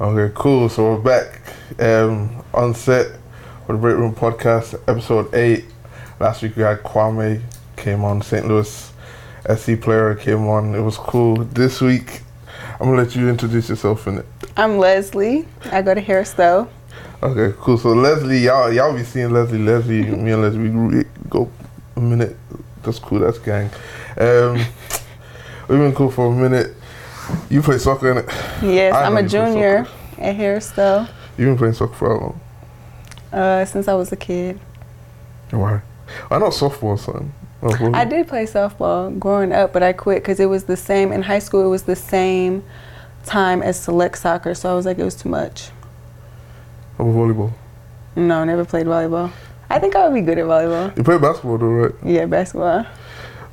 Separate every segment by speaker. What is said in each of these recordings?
Speaker 1: Okay, cool. So we're back um, on set with the Break Room Podcast, episode eight. Last week we had Kwame came on, St. Louis SC player came on. It was cool. This week, I'm gonna let you introduce yourself in it.
Speaker 2: I'm Leslie. I go to Harris though.
Speaker 1: Okay, cool. So Leslie, y'all y'all be seeing Leslie, Leslie, me and Leslie we re- go a minute. That's cool. That's gang. Um, we've been cool for a minute. You play soccer in it.
Speaker 2: Yes,
Speaker 1: I
Speaker 2: I'm
Speaker 1: know
Speaker 2: a
Speaker 1: you play
Speaker 2: junior at Harris though
Speaker 1: You've been playing soccer for how long?
Speaker 2: uh, since I was a kid.
Speaker 1: Why? I know softball, son. Oh, what-
Speaker 2: I did play softball growing up, but I quit because it was the same in high school. It was the same time as select soccer, so I was like, it was too much.
Speaker 1: I'm a volleyball.
Speaker 2: No, never played volleyball. I think I would be good at volleyball.
Speaker 1: You play basketball though, right?
Speaker 2: Yeah, basketball.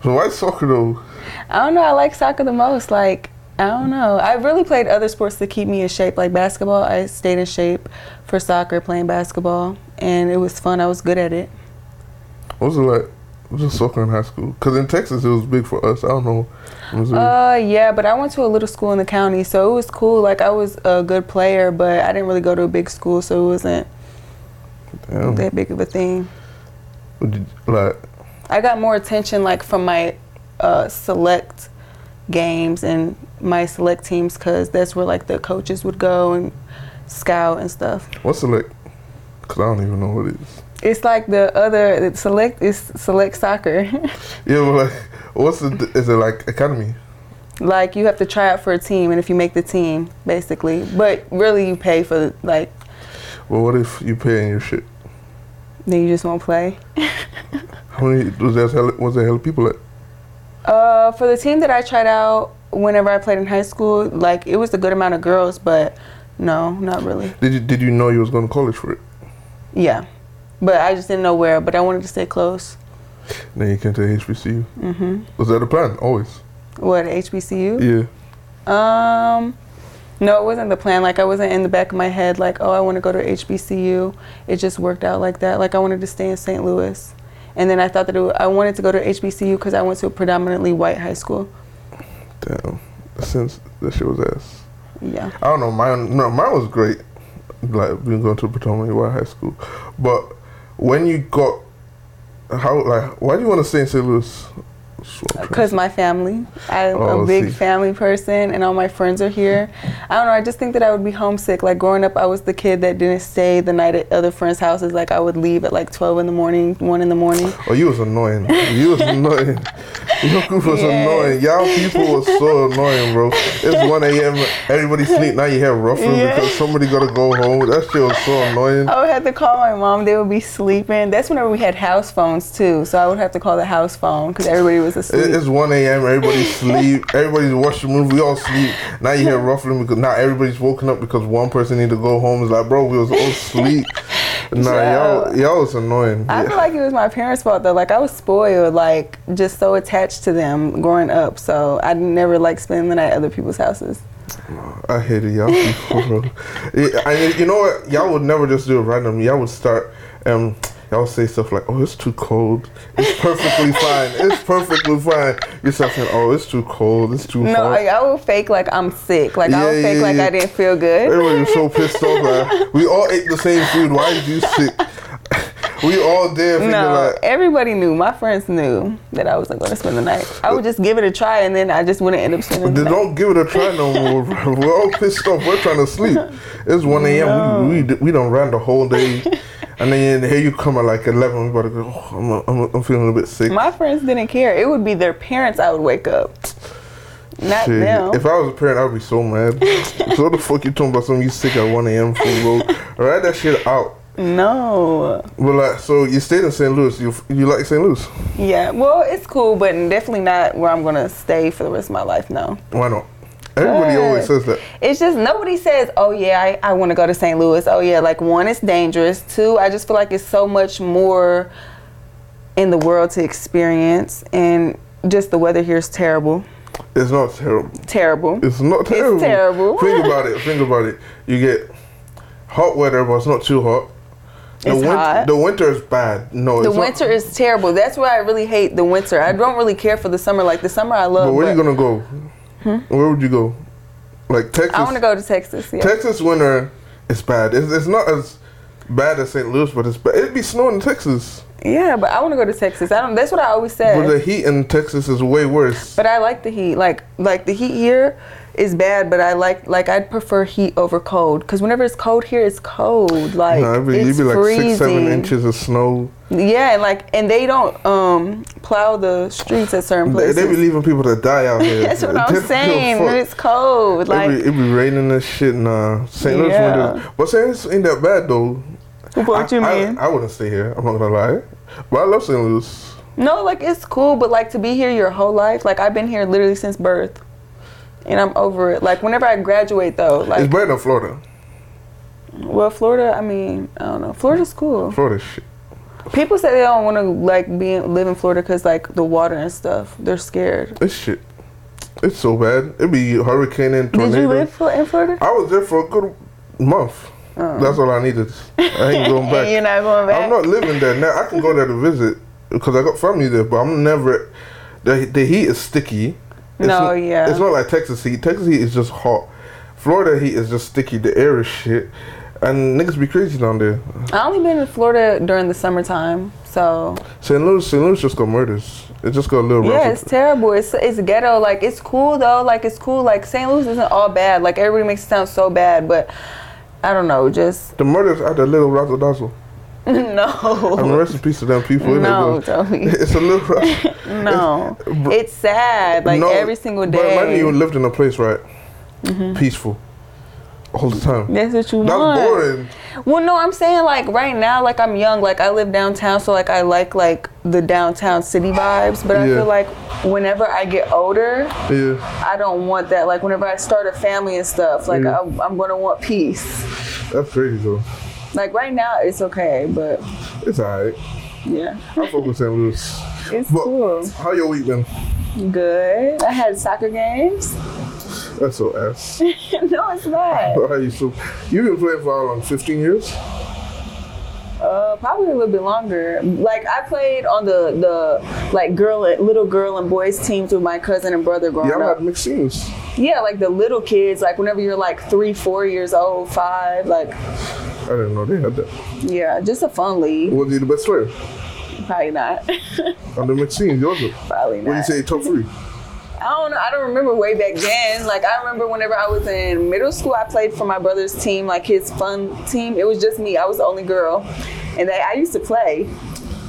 Speaker 1: So why soccer though?
Speaker 2: I don't know. I like soccer the most. Like, I don't know. I really played other sports to keep me in shape. Like basketball, I stayed in shape for soccer, playing basketball, and it was fun. I was good at it.
Speaker 1: What was it like? It was just soccer in high school. Cause in Texas it was big for us. I don't know. Missouri.
Speaker 2: Uh, yeah, but I went to a little school in the county, so it was cool. Like, I was a good player, but I didn't really go to a big school, so it wasn't
Speaker 1: Damn.
Speaker 2: that big of a thing.
Speaker 1: What did- like
Speaker 2: I got more attention, like, from my uh, select games and my select teams, because that's where, like, the coaches would go and scout and stuff.
Speaker 1: what's it like? Cause I don't even know what it is.
Speaker 2: It's like the other it's select is select soccer.
Speaker 1: Yeah, but like, what's it? Is it like academy?
Speaker 2: like you have to try out for a team, and if you make the team, basically. But really, you pay for like
Speaker 1: Well, what if you pay and your shit?
Speaker 2: then you just won't play.
Speaker 1: How many was there? Hell, was there hell people at?
Speaker 2: Uh, for the team that I tried out whenever I played in high school, like it was a good amount of girls, but no, not really.
Speaker 1: Did you did you know you was going to college for it?
Speaker 2: Yeah, but I just didn't know where. But I wanted to stay close.
Speaker 1: Then you came to HBCU.
Speaker 2: hmm
Speaker 1: Was that the plan always?
Speaker 2: What HBCU?
Speaker 1: Yeah.
Speaker 2: Um, no, it wasn't the plan. Like I wasn't in the back of my head like, oh, I want to go to HBCU. It just worked out like that. Like I wanted to stay in St. Louis, and then I thought that it, wa- I wanted to go to HBCU because I went to a predominantly white high school.
Speaker 1: Damn. Since that shit was ass.
Speaker 2: Yeah,
Speaker 1: I don't know. Mine, no, mine was great. Like being going to Potomac White High School, but when you got how like why do you want to stay in St. Louis? That's what I'm trying
Speaker 2: because my family. I'm
Speaker 1: Oh,
Speaker 2: a big
Speaker 1: see.
Speaker 2: family person, and all my friends are here. I don't know. I just think that I would be homesick. Like growing up, I was the kid that didn't stay the night at other friends' houses. Like I would leave at like 12 in the morning, one in the morning.
Speaker 1: to- oh, you was annoying. You was annoying. Your group was
Speaker 2: Yes.
Speaker 1: annoying. Y'all people was so annoying, bro. It's 1 a.m. Everybody sleep. Now you have rough room
Speaker 2: Yeah.
Speaker 1: because somebody got to go home. That shit was so annoying.
Speaker 2: I would have to call my mom. They would be sleeping. That's whenever we had house phones too. So I would have to call the house phone because everybody was
Speaker 1: It-
Speaker 2: asleep.
Speaker 1: It's 1 a.m. Everybody sleep. Everybody's watching movie. We all sleep. Now you hear ruffling because now everybody's woken up because one person need to go home. It's like, bro, we was all sleep. Nah, y'all, y'all was annoying.
Speaker 2: I feel like it was my parents' fault though. Like I was spoiled, like just so attached to them growing up. So I never like spending the night at other people's houses.
Speaker 1: I hated y'all people, bro. Yeah, and you know what? Y'all would never just do it randomly. Y'all would start, um, y'all would say stuff like, "Oh, it's too cold. It's perfectly fine. It's perfectly fine." You start saying, "Oh, it's too cold. It's too
Speaker 2: No,
Speaker 1: hot."
Speaker 2: like, I would fake like I'm sick. Like I
Speaker 1: Yeah,
Speaker 2: would fake
Speaker 1: yeah,
Speaker 2: like
Speaker 1: yeah.
Speaker 2: I didn't feel good.
Speaker 1: Everybody was so pissed off. Like, we all ate the same food. Why is you sick? we all there thinking
Speaker 2: No,
Speaker 1: like,
Speaker 2: everybody knew. My friends knew that I wasn't going to spend the night. I would just give it a try, and then I just wouldn't end up spending the
Speaker 1: they
Speaker 2: night.
Speaker 1: don't give it a try no more. bro. We're all pissed off. We're trying to sleep. It's 1 a.m. We, we we done ran the whole day. And then here you come at like 11. We about to go, oh, I'm, I'm, I'm feeling a bit sick.
Speaker 2: My friends didn't care. It would be their parents I would wake up. Not
Speaker 1: Shit,
Speaker 2: them.
Speaker 1: If I was a parent, I'd be so mad. so what the fuck you talking about something you sick at 1 a.m. for, bro? Write that shit out.
Speaker 2: no.
Speaker 1: But like, so you stayed in St. Louis. You, you like St. Louis?
Speaker 2: Yeah. Well, it's cool, but definitely not where I'm gonna stay for the rest of my life. No.
Speaker 1: Why not? Everybody
Speaker 2: Good.
Speaker 1: always says that.
Speaker 2: It's just nobody says, "Oh yeah, I, I want to go to St. Louis." Oh yeah, like one, it's dangerous. Two, I just feel like it's so much more in the world to experience, and just the weather here is terrible.
Speaker 1: It's not terrible.
Speaker 2: Terrible.
Speaker 1: It's not terrible.
Speaker 2: terrible.
Speaker 1: think about it. Think about it. You get hot weather, but it's not too hot. The
Speaker 2: It's hot.
Speaker 1: The winter is bad. No,
Speaker 2: The
Speaker 1: it's
Speaker 2: winter
Speaker 1: Not,
Speaker 2: is terrible. That's why I really hate the winter. I don't really care for the summer. Like the summer, I love.
Speaker 1: but where
Speaker 2: but-
Speaker 1: you gonna go? Where would you go? Like Texas,
Speaker 2: Hmm? I want to go to Texas. Yeah.
Speaker 1: Texas winter is bad. It's, it's not as bad as St. Louis, but it's bad. it'd be snowing in Texas.
Speaker 2: yeah, but I want to go to Texas. I don't. That's what I always said.
Speaker 1: But the heat in Texas is way worse.
Speaker 2: But I like the heat. Like like the heat here is bad, but I like like I'd prefer heat over cold. Cause whenever it's cold here, it's cold. Like
Speaker 1: no, it'd be,
Speaker 2: it's
Speaker 1: you'd be like
Speaker 2: freezing.
Speaker 1: six, seven inches of snow.
Speaker 2: Yeah, and like and they don't um plow the streets at certain
Speaker 1: They,
Speaker 2: places.
Speaker 1: they be leaving people to die out here.
Speaker 2: That's what
Speaker 1: They
Speaker 2: I'm
Speaker 1: don't give a
Speaker 2: saying.
Speaker 1: fuck.
Speaker 2: When it's cold, like
Speaker 1: it, be, it be raining and shit. Nah, St. Louis
Speaker 2: Yeah.
Speaker 1: winter. But St. Louis ain't that bad though.
Speaker 2: what
Speaker 1: I,
Speaker 2: you
Speaker 1: I-
Speaker 2: mean?
Speaker 1: I, wouldn't stay here. I'm not gonna lie. But I love St. Louis.
Speaker 2: no, like it's cool, but like to be here your whole life. Like I've been here literally since birth, and I'm over it. Like whenever I graduate though,
Speaker 1: it's
Speaker 2: like
Speaker 1: better than Florida.
Speaker 2: well, Florida. I mean, I don't know. Florida's cool.
Speaker 1: Florida shit.
Speaker 2: People say they don't want to like be live in Florida because like the water and stuff. They're scared.
Speaker 1: It's shit. It's so bad. It'd be hurricane and tornado.
Speaker 2: Did you live fl- in Florida?
Speaker 1: I was there for a good month.
Speaker 2: Oh.
Speaker 1: That's all I needed. I ain't going back.
Speaker 2: And you're not going back.
Speaker 1: I'm not living there now. I can go there to visit because I got family there, but I'm never. The, the heat is sticky. It's
Speaker 2: No,
Speaker 1: not-
Speaker 2: yeah.
Speaker 1: It's not like Texas heat. Texas heat is just hot. Florida heat is just sticky. The air is shit. And niggas be crazy down there.
Speaker 2: I only been in Florida during the summertime, so
Speaker 1: St. Louis, St. Louis just got murders. It just got a little
Speaker 2: yeah,
Speaker 1: rough.
Speaker 2: it's terrible. It's it's ghetto. Like it's cool though. Like it's cool. Like St. Louis isn't all bad. Like everybody makes it sound so bad, but I don't know. Just
Speaker 1: The murders had a little razzle dazzle. I mean,
Speaker 2: no,
Speaker 1: rest in peace to them people. innit,
Speaker 2: no,
Speaker 1: but
Speaker 2: Joey,
Speaker 1: It's a little rough.
Speaker 2: no.
Speaker 1: Br-
Speaker 2: It's sad. Like every single
Speaker 1: But imagine
Speaker 2: day. Mm-hmm.
Speaker 1: you lived in a place, right? Peaceful. All the time.
Speaker 2: That's what you
Speaker 1: That's
Speaker 2: want.
Speaker 1: boring.
Speaker 2: Well, no, I'm saying like right now, like I'm young, like I live downtown, so like I like like the downtown city vibes. But I
Speaker 1: Yeah.
Speaker 2: feel like whenever I get older,
Speaker 1: Yeah.
Speaker 2: I don't want that. Like whenever I start a family and stuff, like
Speaker 1: Yeah.
Speaker 2: I, I'm gonna want peace.
Speaker 1: That's crazy, though.
Speaker 2: Like right now, it's okay, but
Speaker 1: It's alright.
Speaker 2: yeah,
Speaker 1: I fuck with St. Louis.
Speaker 2: it's
Speaker 1: But-
Speaker 2: cool.
Speaker 1: How your week been?
Speaker 2: Good. I had soccer games.
Speaker 1: That's so ass.
Speaker 2: no, it's not.
Speaker 1: How you so? You've been playing for how long? 15 years?
Speaker 2: Uh, probably a little bit longer. Like I played on the the like girl, little girl and boys teams with my cousin and brother growing
Speaker 1: Y'all
Speaker 2: up.
Speaker 1: had mixed teams.
Speaker 2: Yeah, like the little kids, like whenever you're like three, four years old, five, like
Speaker 1: I didn't know they had that.
Speaker 2: yeah, just a fun league.
Speaker 1: Was he the best player
Speaker 2: Probably not.
Speaker 1: on the mixed teams? Yours?
Speaker 2: Probably
Speaker 1: What do you
Speaker 2: not.
Speaker 1: say? Top three?
Speaker 2: I don't know. I don't remember way back then. Like I remember whenever I was in middle school, I played for my brother's team, like his fun team. It was just me. I was the only girl, and they, I used to play.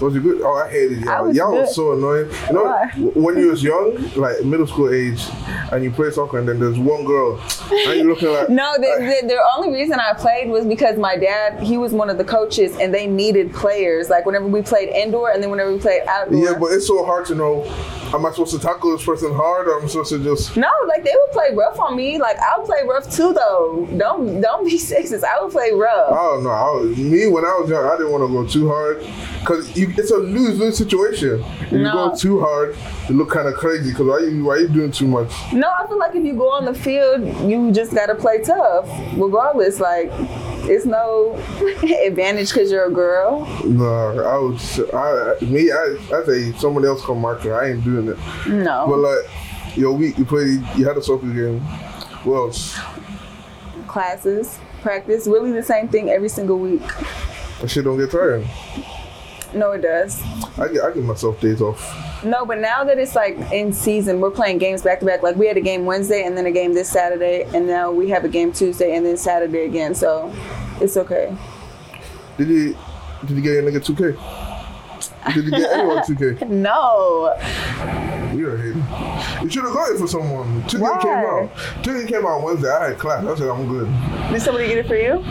Speaker 1: Was you good? Oh, I hated y'all.
Speaker 2: I was
Speaker 1: y'all was
Speaker 2: good.
Speaker 1: so annoying. You know,
Speaker 2: Why?
Speaker 1: when you was young, like middle school age, and you play soccer, and then there's one girl, and you looking like
Speaker 2: No, the, the, the only reason I played was because my dad, he was one of the coaches, and they needed players. Like whenever we played indoor, and then whenever we played outdoor.
Speaker 1: Yeah, but it's so hard to know. Am I supposed to tackle this person hard, or am I supposed to just?
Speaker 2: No, like they would play rough on me. Like I'll play rough too, though. Don't don't be sexist. I would play
Speaker 1: I
Speaker 2: rough.
Speaker 1: don't know. I was, me when I was young, I didn't want to go too hard because it's a lose lose situation. If you
Speaker 2: No.
Speaker 1: go too hard, you look kind of crazy. Because why you why you doing too much?
Speaker 2: No, I feel like if you go on the field, you just gotta play tough, regardless. Like it's no advantage because you're a girl.
Speaker 1: No, I would. s- I me I I say someone else come mark her. I ain't doing it. But
Speaker 2: No,
Speaker 1: like your week, you played. You had a soccer game. What else?
Speaker 2: classes, practice, really the same thing every single week.
Speaker 1: That shit don't get tired.
Speaker 2: No, it does.
Speaker 1: I gi- I give myself days off.
Speaker 2: No, but now that it's like in season, we're playing games back to back. Like we had a game Wednesday and then a game this Saturday, and now we have a game Tuesday and then Saturday again. So it's okay.
Speaker 1: Did you did you get your nigga two K? Did you get anyone two K?
Speaker 2: No,
Speaker 1: You're a hater. You should have got it for someone. Two K came
Speaker 2: Why?
Speaker 1: out. Two K came out Wednesday. I had class. I said I'm good.
Speaker 2: Did somebody get it for you?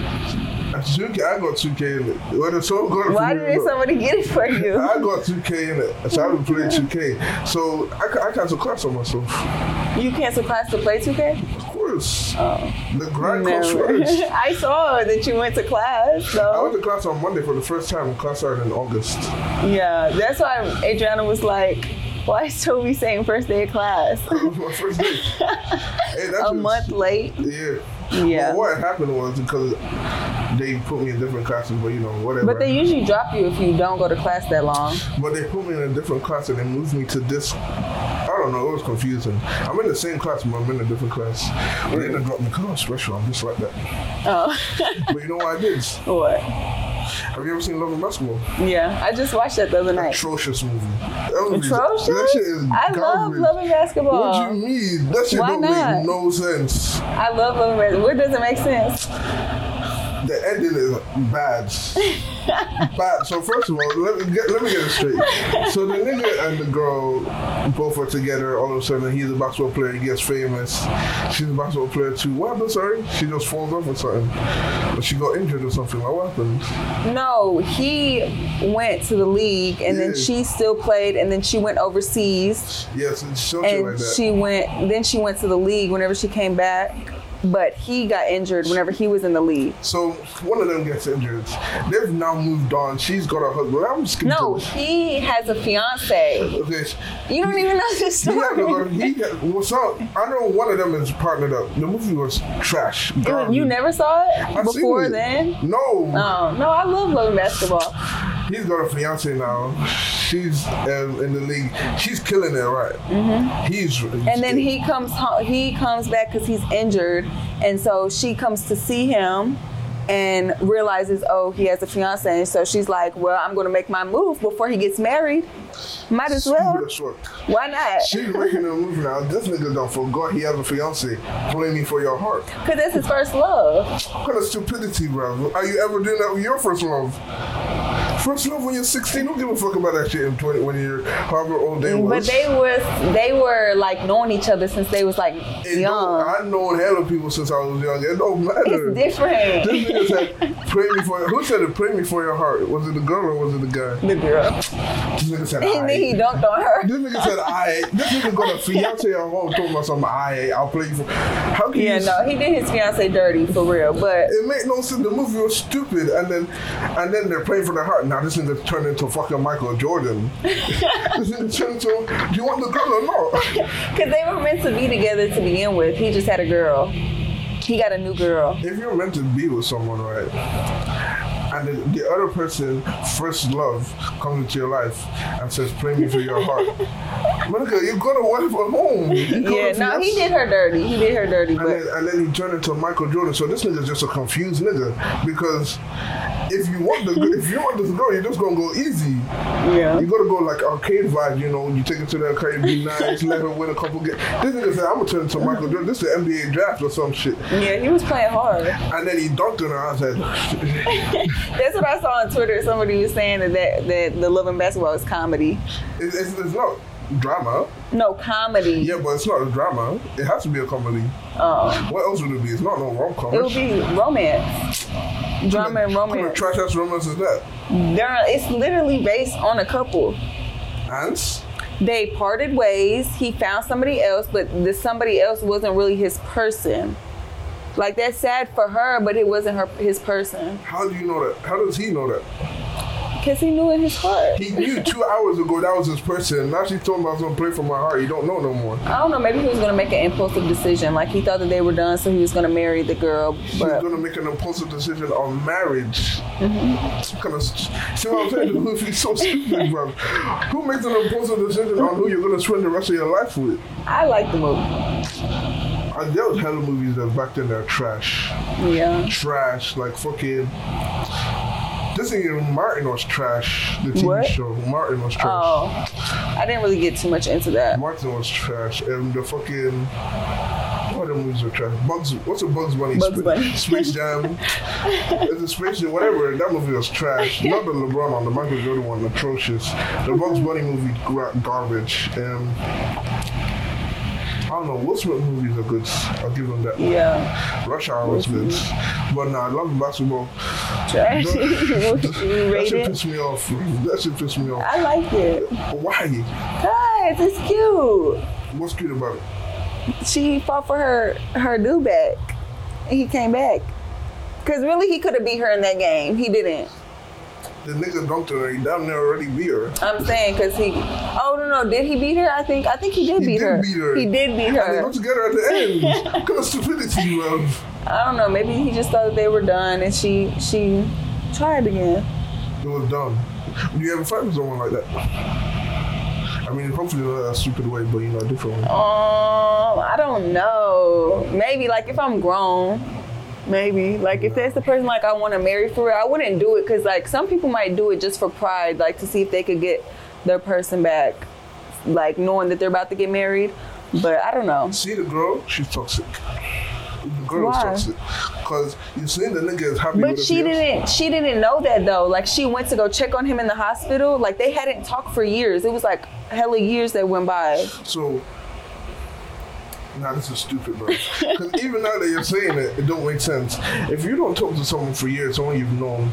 Speaker 1: Two K. I got two K in it. Well, the song got it
Speaker 2: Why
Speaker 1: for me,
Speaker 2: didn't
Speaker 1: but
Speaker 2: somebody get it for you?
Speaker 1: I got two K in it. So I've been playing two K. So I, ca- I canceled class on myself.
Speaker 2: You canceled class to play 2K?
Speaker 1: Of course.
Speaker 2: Oh.
Speaker 1: The grind comes
Speaker 2: Never.
Speaker 1: first.
Speaker 2: I saw that you went to class,
Speaker 1: I went
Speaker 2: so
Speaker 1: to class on Monday for the first time. Class started in August.
Speaker 2: yeah. That's why Adriana was like, "Why is Toby saying first day of class
Speaker 1: It was my first day. Hey, that's
Speaker 2: a month late?"
Speaker 1: Yeah.
Speaker 2: Yeah.
Speaker 1: But what happened was because they put me in different classes, but you know, whatever.
Speaker 2: But they usually drop you if you don't go to class that long.
Speaker 1: But they put me in a different class and they moved me to this. I don't don't know. It was confusing. I'm in the same class, but I'm in a different class. But then I dropped me because I'm special. I'm just like that.
Speaker 2: Oh,
Speaker 1: But you know what I did?
Speaker 2: what?
Speaker 1: Have you ever seen Love and Basketball?
Speaker 2: Yeah, I just watched that the other night.
Speaker 1: Atrocious movie. That movie is-
Speaker 2: Atrocious?
Speaker 1: That shit is
Speaker 2: I love
Speaker 1: garbage.
Speaker 2: loving
Speaker 1: What do
Speaker 2: basketball.
Speaker 1: you mean? That shit
Speaker 2: Why
Speaker 1: don't
Speaker 2: not?
Speaker 1: make no sense.
Speaker 2: I love loving basketball. Where does it make sense?
Speaker 1: The ending is bad. bad. So first of all, let me get let me get it straight. So the nigga and the girl both are together. All of a sudden, he's a basketball player. He gets famous. She's a basketball player too. What happened? Sorry, she just falls off or something. But she got injured or something. Like what happened?
Speaker 2: No, he went to the league and then
Speaker 1: Yeah.
Speaker 2: she still played and then she went overseas
Speaker 1: Yes, it's something like
Speaker 2: and
Speaker 1: that.
Speaker 2: she went then she went to the league whenever she came back, but he got injured whenever he was in the league.
Speaker 1: so one of them gets injured. They've now moved on. She's got a husband. I'm skipping.
Speaker 2: No,
Speaker 1: to-
Speaker 2: he has a fiance.
Speaker 1: Okay.
Speaker 2: You don't even know this
Speaker 1: He had to go
Speaker 2: story.
Speaker 1: he had, what's up? I know one of them is partnered up. The movie was trash.
Speaker 2: Dude, You
Speaker 1: garbage.
Speaker 2: never saw it
Speaker 1: I seen
Speaker 2: before
Speaker 1: it.
Speaker 2: then?
Speaker 1: No.
Speaker 2: Oh, no, I love loving basketball.
Speaker 1: He's got a fiance now. She's um, in the league. She's killing it, right? Mm-hmm. He's.
Speaker 2: And then he comes home, he comes back because he's injured, and so she comes to see him, and realizes oh he has a fiance, and so she's like, well I'm gonna make my move before he gets married, might as well, why not?
Speaker 1: She's making a move now. This nigga done forgot he has a fiance. Play me for your heart.
Speaker 2: Cause that's his first love.
Speaker 1: What kind of stupidity, bro? Are you ever doing that with your first love? First love when you're 16. Don't give a fuck about that shit in 20 when you're however old they was.
Speaker 2: But they was they were like knowing each other since they was like
Speaker 1: It don't-
Speaker 2: young.
Speaker 1: I've known hella people since I was young. It don't matter.
Speaker 2: It's different.
Speaker 1: This nigga said, "Pray me for." Who said it? Pray me for your heart. Was it the girl or was it the guy?
Speaker 2: The girl.
Speaker 1: This nigga said,
Speaker 2: And then he
Speaker 1: "I."
Speaker 2: dunked on her.
Speaker 1: This nigga said, "I." This nigga got a fiance at home talking about something. I. I'll play you for. How can
Speaker 2: Yeah,
Speaker 1: you?
Speaker 2: no, he did his fiance dirty for real, but
Speaker 1: It made no sense. The movie was stupid, and then, and then they're praying for their heart. Now this nigga turned into fucking Michael Jordan. this nigga turned into. Do you want the girl or not?
Speaker 2: Because they were meant to be together to begin with. He just had a girl. He got a new girl.
Speaker 1: if you're meant to be with someone, right, and the, the other person first love comes into your life and says, "Play me for your heart," Monica, you got a wife at home. You got
Speaker 2: Yeah,
Speaker 1: a
Speaker 2: no, he
Speaker 1: fiance.
Speaker 2: did her dirty. He did her dirty,
Speaker 1: And
Speaker 2: but
Speaker 1: then, and then he turned into Michael Jordan. So this nigga's just a confused nigga because if you want the if you want this girl, you're just gonna go easy.
Speaker 2: yeah.
Speaker 1: You gotta go like arcade vibe, you know. You take it to the arcade, be nice, let her win a couple games. This nigga said, "I'm gonna turn into Michael Jordan." This is the NBA draft or some shit.
Speaker 2: Yeah, he was playing hard.
Speaker 1: And then he dunked on her. I said, "Oh,
Speaker 2: That's what I saw on Twitter. Somebody was saying that that, that the love and basketball is comedy.
Speaker 1: It's, it's, it's not drama.
Speaker 2: No comedy.
Speaker 1: Yeah, but it's not a drama. It has to be a comedy.
Speaker 2: Oh,
Speaker 1: What else would it be? It's not no rom com.
Speaker 2: it would be romance, drama and romance.
Speaker 1: Trash ass romance is that?
Speaker 2: There, are- it's literally based on a couple.
Speaker 1: Ants?
Speaker 2: They parted ways. He found somebody else, but the somebody else wasn't really his person. Like that's sad for her, but it wasn't her his person.
Speaker 1: How do you know that? How does he know that?
Speaker 2: Cause he knew in his heart.
Speaker 1: He knew two hours ago that was his person. Now she's talking about some play for my heart. You don't know no more.
Speaker 2: I don't know. Maybe he was gonna make an impulsive decision. Like he thought that they were done, so he was gonna marry the girl.
Speaker 1: She's
Speaker 2: But
Speaker 1: gonna make an impulsive decision on marriage.
Speaker 2: Mm-hmm.
Speaker 1: Some kind of st- see what I'm saying? The movie's so stupid, bro. Who makes an impulsive decision on who you're gonna spend the rest of your life with?
Speaker 2: I like the movie.
Speaker 1: I there was hella movies that back then that are trash.
Speaker 2: Yeah.
Speaker 1: trash, like fucking. This thing even Martin was trash. The TV
Speaker 2: What?
Speaker 1: show Martin was trash.
Speaker 2: Oh, I didn't really get too much into that.
Speaker 1: Martin was trash, and the fucking. What other movies were trash? Bugs. What's a Bugs Bunny?
Speaker 2: Bugs
Speaker 1: Spa-
Speaker 2: Bunny.
Speaker 1: Space Jam. it's a Space Jam. Whatever. That movie was trash. Not the LeBron one, the Michael Jordan one, atrocious. The Bugs Bunny movie, gra- garbage. Um, I don't know. Will Smith movies are good. I'll give them that.
Speaker 2: Yeah.
Speaker 1: Rush Hour was good, but nah, I love basketball.
Speaker 2: Trash. you
Speaker 1: That
Speaker 2: rate
Speaker 1: should
Speaker 2: it?
Speaker 1: piss me off. That should piss me off.
Speaker 2: I liked it.
Speaker 1: Why?
Speaker 2: Guys, it's cute.
Speaker 1: What's cute about it?
Speaker 2: she fought for her her dude back. He came back. Cause really, he could have beat her in that game. He didn't.
Speaker 1: The nigga dunked her. He damn near already beat her.
Speaker 2: I'm saying, cause he. Oh no, no, did he beat her? I think. I think he did,
Speaker 1: He
Speaker 2: beat,
Speaker 1: did
Speaker 2: her.
Speaker 1: beat her.
Speaker 2: He did beat
Speaker 1: And they
Speaker 2: her.
Speaker 1: got together at the end. what kind of stupidity you have?
Speaker 2: I don't know. Maybe he just thought that they were done, and she she tried again.
Speaker 1: It was dumb. Would you ever fight with someone like that? I mean, hopefully not that stupid way, but you know, a different way.
Speaker 2: Um, I don't know. Maybe like if I'm grown, maybe like if that's the person like I want to marry for real, I wouldn't do it because like some people might do it just for pride, like to see if they could get their person back, like knowing that they're about to get married. But I don't know.
Speaker 1: See the girl, she's toxic. The girl
Speaker 2: Why?
Speaker 1: is toxic. Because you've seen the nigga is happy
Speaker 2: But
Speaker 1: with
Speaker 2: she
Speaker 1: everything else.
Speaker 2: didn't. She didn't know that though. Like she went to go check on him in the hospital. Like they hadn't talked for years. It was like hella years that went by.
Speaker 1: So, now this is stupid, bro. Because even now that you're saying it, it don't make sense. If you don't talk to someone for years, someone you've known,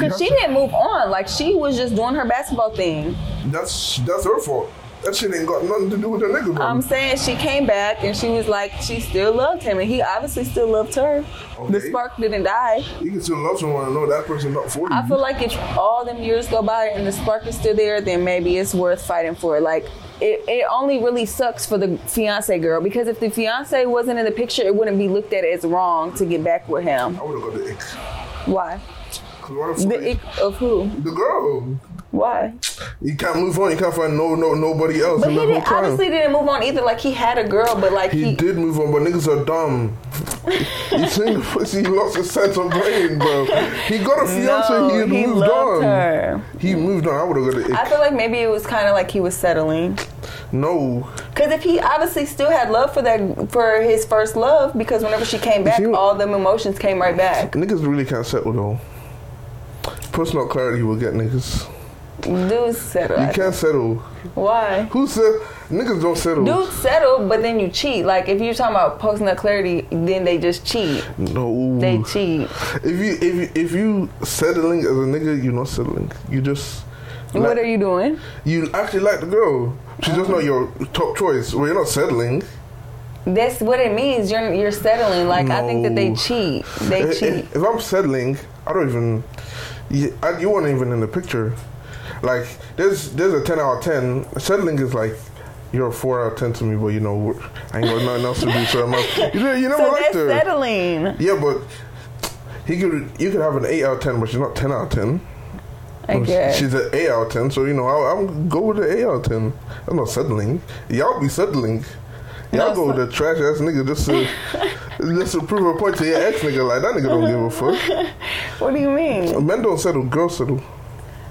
Speaker 2: Cause she didn't move on. Like she was just doing her basketball thing.
Speaker 1: that's that's her fault. That shit ain't got nothing to do with the nigga, bro.
Speaker 2: I'm saying she came back and she was like she still loved him and he obviously still loved her. The
Speaker 1: Okay.
Speaker 2: spark didn't die.
Speaker 1: you can still love someone and know that person not for you.
Speaker 2: I feel like if all them years go by and the spark is still there, then maybe it's worth fighting for it. Like it, it only really sucks for the fiance girl because if the fiance wasn't in the picture, it wouldn't be looked at as wrong to get back with him.
Speaker 1: I would have got the ick.
Speaker 2: Why?
Speaker 1: 'Cause what if-
Speaker 2: The ick of who?
Speaker 1: the girl.
Speaker 2: Why?
Speaker 1: You can't move on. You can't find no, no, nobody else.
Speaker 2: But
Speaker 1: in
Speaker 2: he
Speaker 1: the whole
Speaker 2: didn't,
Speaker 1: time.
Speaker 2: honestly didn't move on either. Like he had a girl, but like
Speaker 1: He
Speaker 2: he,
Speaker 1: did move on, but niggas are dumb. you seen the pussy? He lost his sense of brain, bro. He got a fiance.
Speaker 2: No,
Speaker 1: he had
Speaker 2: he
Speaker 1: moved
Speaker 2: loved
Speaker 1: on.
Speaker 2: her.
Speaker 1: He moved on. I would have got the
Speaker 2: I
Speaker 1: ick.
Speaker 2: feel like maybe it was kind of like he was settling.
Speaker 1: No,
Speaker 2: Because if he obviously still had love for that for his first love, because whenever she came back,
Speaker 1: She wa-
Speaker 2: all them emotions came right back.
Speaker 1: niggas really can't settle though. Personal clarity will get niggas.
Speaker 2: Dudes settle.
Speaker 1: You can't settle.
Speaker 2: Why?
Speaker 1: Who said niggas don't settle?
Speaker 2: Dudes settle, but then you cheat. Like if you're talking about posting that clarity, then they just cheat.
Speaker 1: No.
Speaker 2: They cheat.
Speaker 1: if you if you, if you settling as a nigga, you're not settling. You just.
Speaker 2: what
Speaker 1: like-
Speaker 2: are you Uh-huh. doing?
Speaker 1: You actually like the girl. She's just not your top choice. Well, you're not settling.
Speaker 2: That's what it means. You're you're settling. Like I think that they
Speaker 1: No.
Speaker 2: cheat. They
Speaker 1: if,
Speaker 2: cheat.
Speaker 1: if- if I'm settling, I don't even. You, I, you weren't even in the picture. Like there's there's a ten out of ten. Settling is like you're a four out of ten to me, but you know we're- I ain't got nothing else to do, so I'm out. You, know, you never
Speaker 2: So
Speaker 1: liked
Speaker 2: that's
Speaker 1: her.
Speaker 2: settling.
Speaker 1: Yeah, but he could you could have an eight out of ten, but she's not ten out of ten.
Speaker 2: I guess.
Speaker 1: Oh, She's an eight out of ten, so you know I, I'm go with the eight out of ten. I'm not settling. Y'all be settling. Y'all go
Speaker 2: No, so-
Speaker 1: with the trash ass nigga just to just to prove a point to your ex nigga. Like that nigga don't give a fuck.
Speaker 2: What do you mean?
Speaker 1: Men don't settle, girls settle.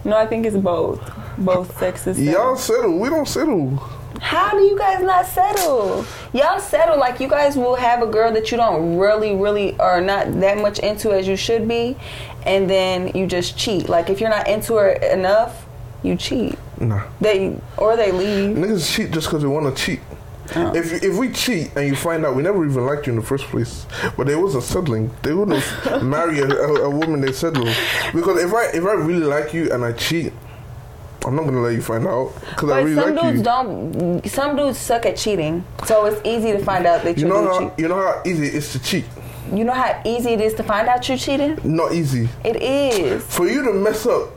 Speaker 2: No, I think it's both. Both sexes. settle.
Speaker 1: Y'all settle, we don't settle.
Speaker 2: How do you guys not settle? Y'all settle like you guys will have a girl that you don't really, really are not that much into as you should be, and then you just cheat. Like if you're not into her enough, you cheat.
Speaker 1: Nah.
Speaker 2: They or they leave.
Speaker 1: Niggas cheat just because they want to cheat.
Speaker 2: Oh.
Speaker 1: If, if we cheat and you find out we never even liked you in the first place, but they wasn't settling, they wouldn't marry a, a, a woman they settle. Because if I if I really like you and I cheat, I'm not gonna let you find out because I
Speaker 2: But
Speaker 1: really
Speaker 2: some
Speaker 1: like
Speaker 2: dudes
Speaker 1: you.
Speaker 2: don't. Some dudes suck at cheating, so it's easy to find out that you,
Speaker 1: You know
Speaker 2: do
Speaker 1: how you know how easy it is to cheat.
Speaker 2: cheat. You know how easy it is to find out you're cheating.
Speaker 1: Not easy
Speaker 2: It is.
Speaker 1: for you to mess up.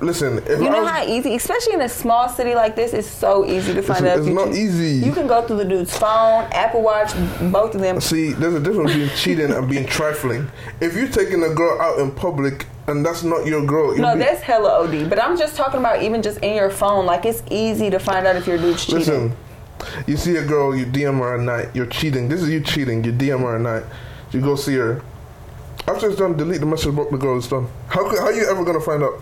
Speaker 1: Listen, if
Speaker 2: You
Speaker 1: I
Speaker 2: know
Speaker 1: was,
Speaker 2: how easy, especially in a small city like this, it's so easy to find
Speaker 1: It's-
Speaker 2: out.
Speaker 1: it's
Speaker 2: you
Speaker 1: not
Speaker 2: cheat.
Speaker 1: easy.
Speaker 2: You can go through the dude's phone, Apple Watch, both of them.
Speaker 1: See, there's a difference between cheating and being trifling. If you're taking a girl out in public and that's not your girl, you'll
Speaker 2: No,
Speaker 1: be-
Speaker 2: that's hella OD. But I'm just talking about even just in your phone. Like it's easy to find out if your dude's cheating.
Speaker 1: listen. You see a girl, you DM her at night. You're cheating. This is you cheating. You DM her at night. You go see her. After it's done, delete the message block the girl. It's done. How could, how you ever gonna find out?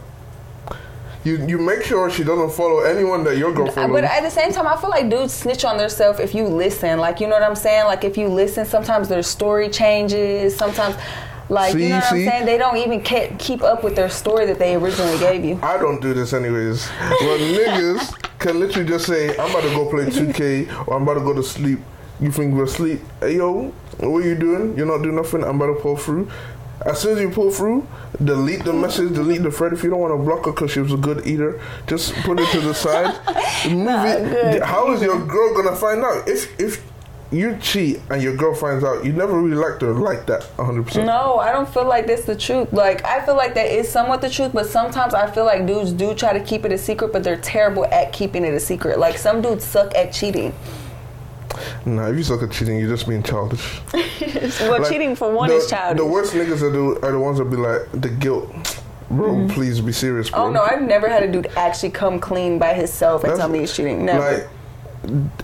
Speaker 1: You you make sure she doesn't follow anyone that your girl follows.
Speaker 2: Uh, But at the same time, I feel like dudes snitch on themselves if you listen. Like you know what I'm saying? Like if you listen, sometimes their story changes. Sometimes. Like you
Speaker 1: See,
Speaker 2: know what
Speaker 1: see?
Speaker 2: I'm saying, they don't even ke- keep up with their story that they originally gave you.
Speaker 1: I don't do this anyways. But niggas can literally just say, I'm about to go play 2K or I'm about to go to sleep. You think we're asleep? Hey yo, what you doing? You're not doing nothing. I'm about to pull through. As soon as you pull through, delete the message, delete the thread. If you don't want to block her because she was a good eater, just put it to the side. Move it. How is your girl gonna find out? If if you cheat and your girl finds out, you never really liked her like that 100%.
Speaker 2: No, I don't feel like that's the truth. Like I feel like that is somewhat the truth, but sometimes I feel like dudes do try to keep it a secret, but they're terrible at keeping it a secret. Like some dudes suck at cheating.
Speaker 1: Nah, if you suck at cheating, you're just being childish.
Speaker 2: Well,
Speaker 1: Like,
Speaker 2: cheating for one
Speaker 1: the,
Speaker 2: is childish.
Speaker 1: The worst niggas that do are the ones that be like the guilt. Bro, please be serious, bro.
Speaker 2: Mm-hmm. Oh no, I've never had a dude actually come clean by himself and
Speaker 1: That's-
Speaker 2: tell me he's cheating. Never.
Speaker 1: Like,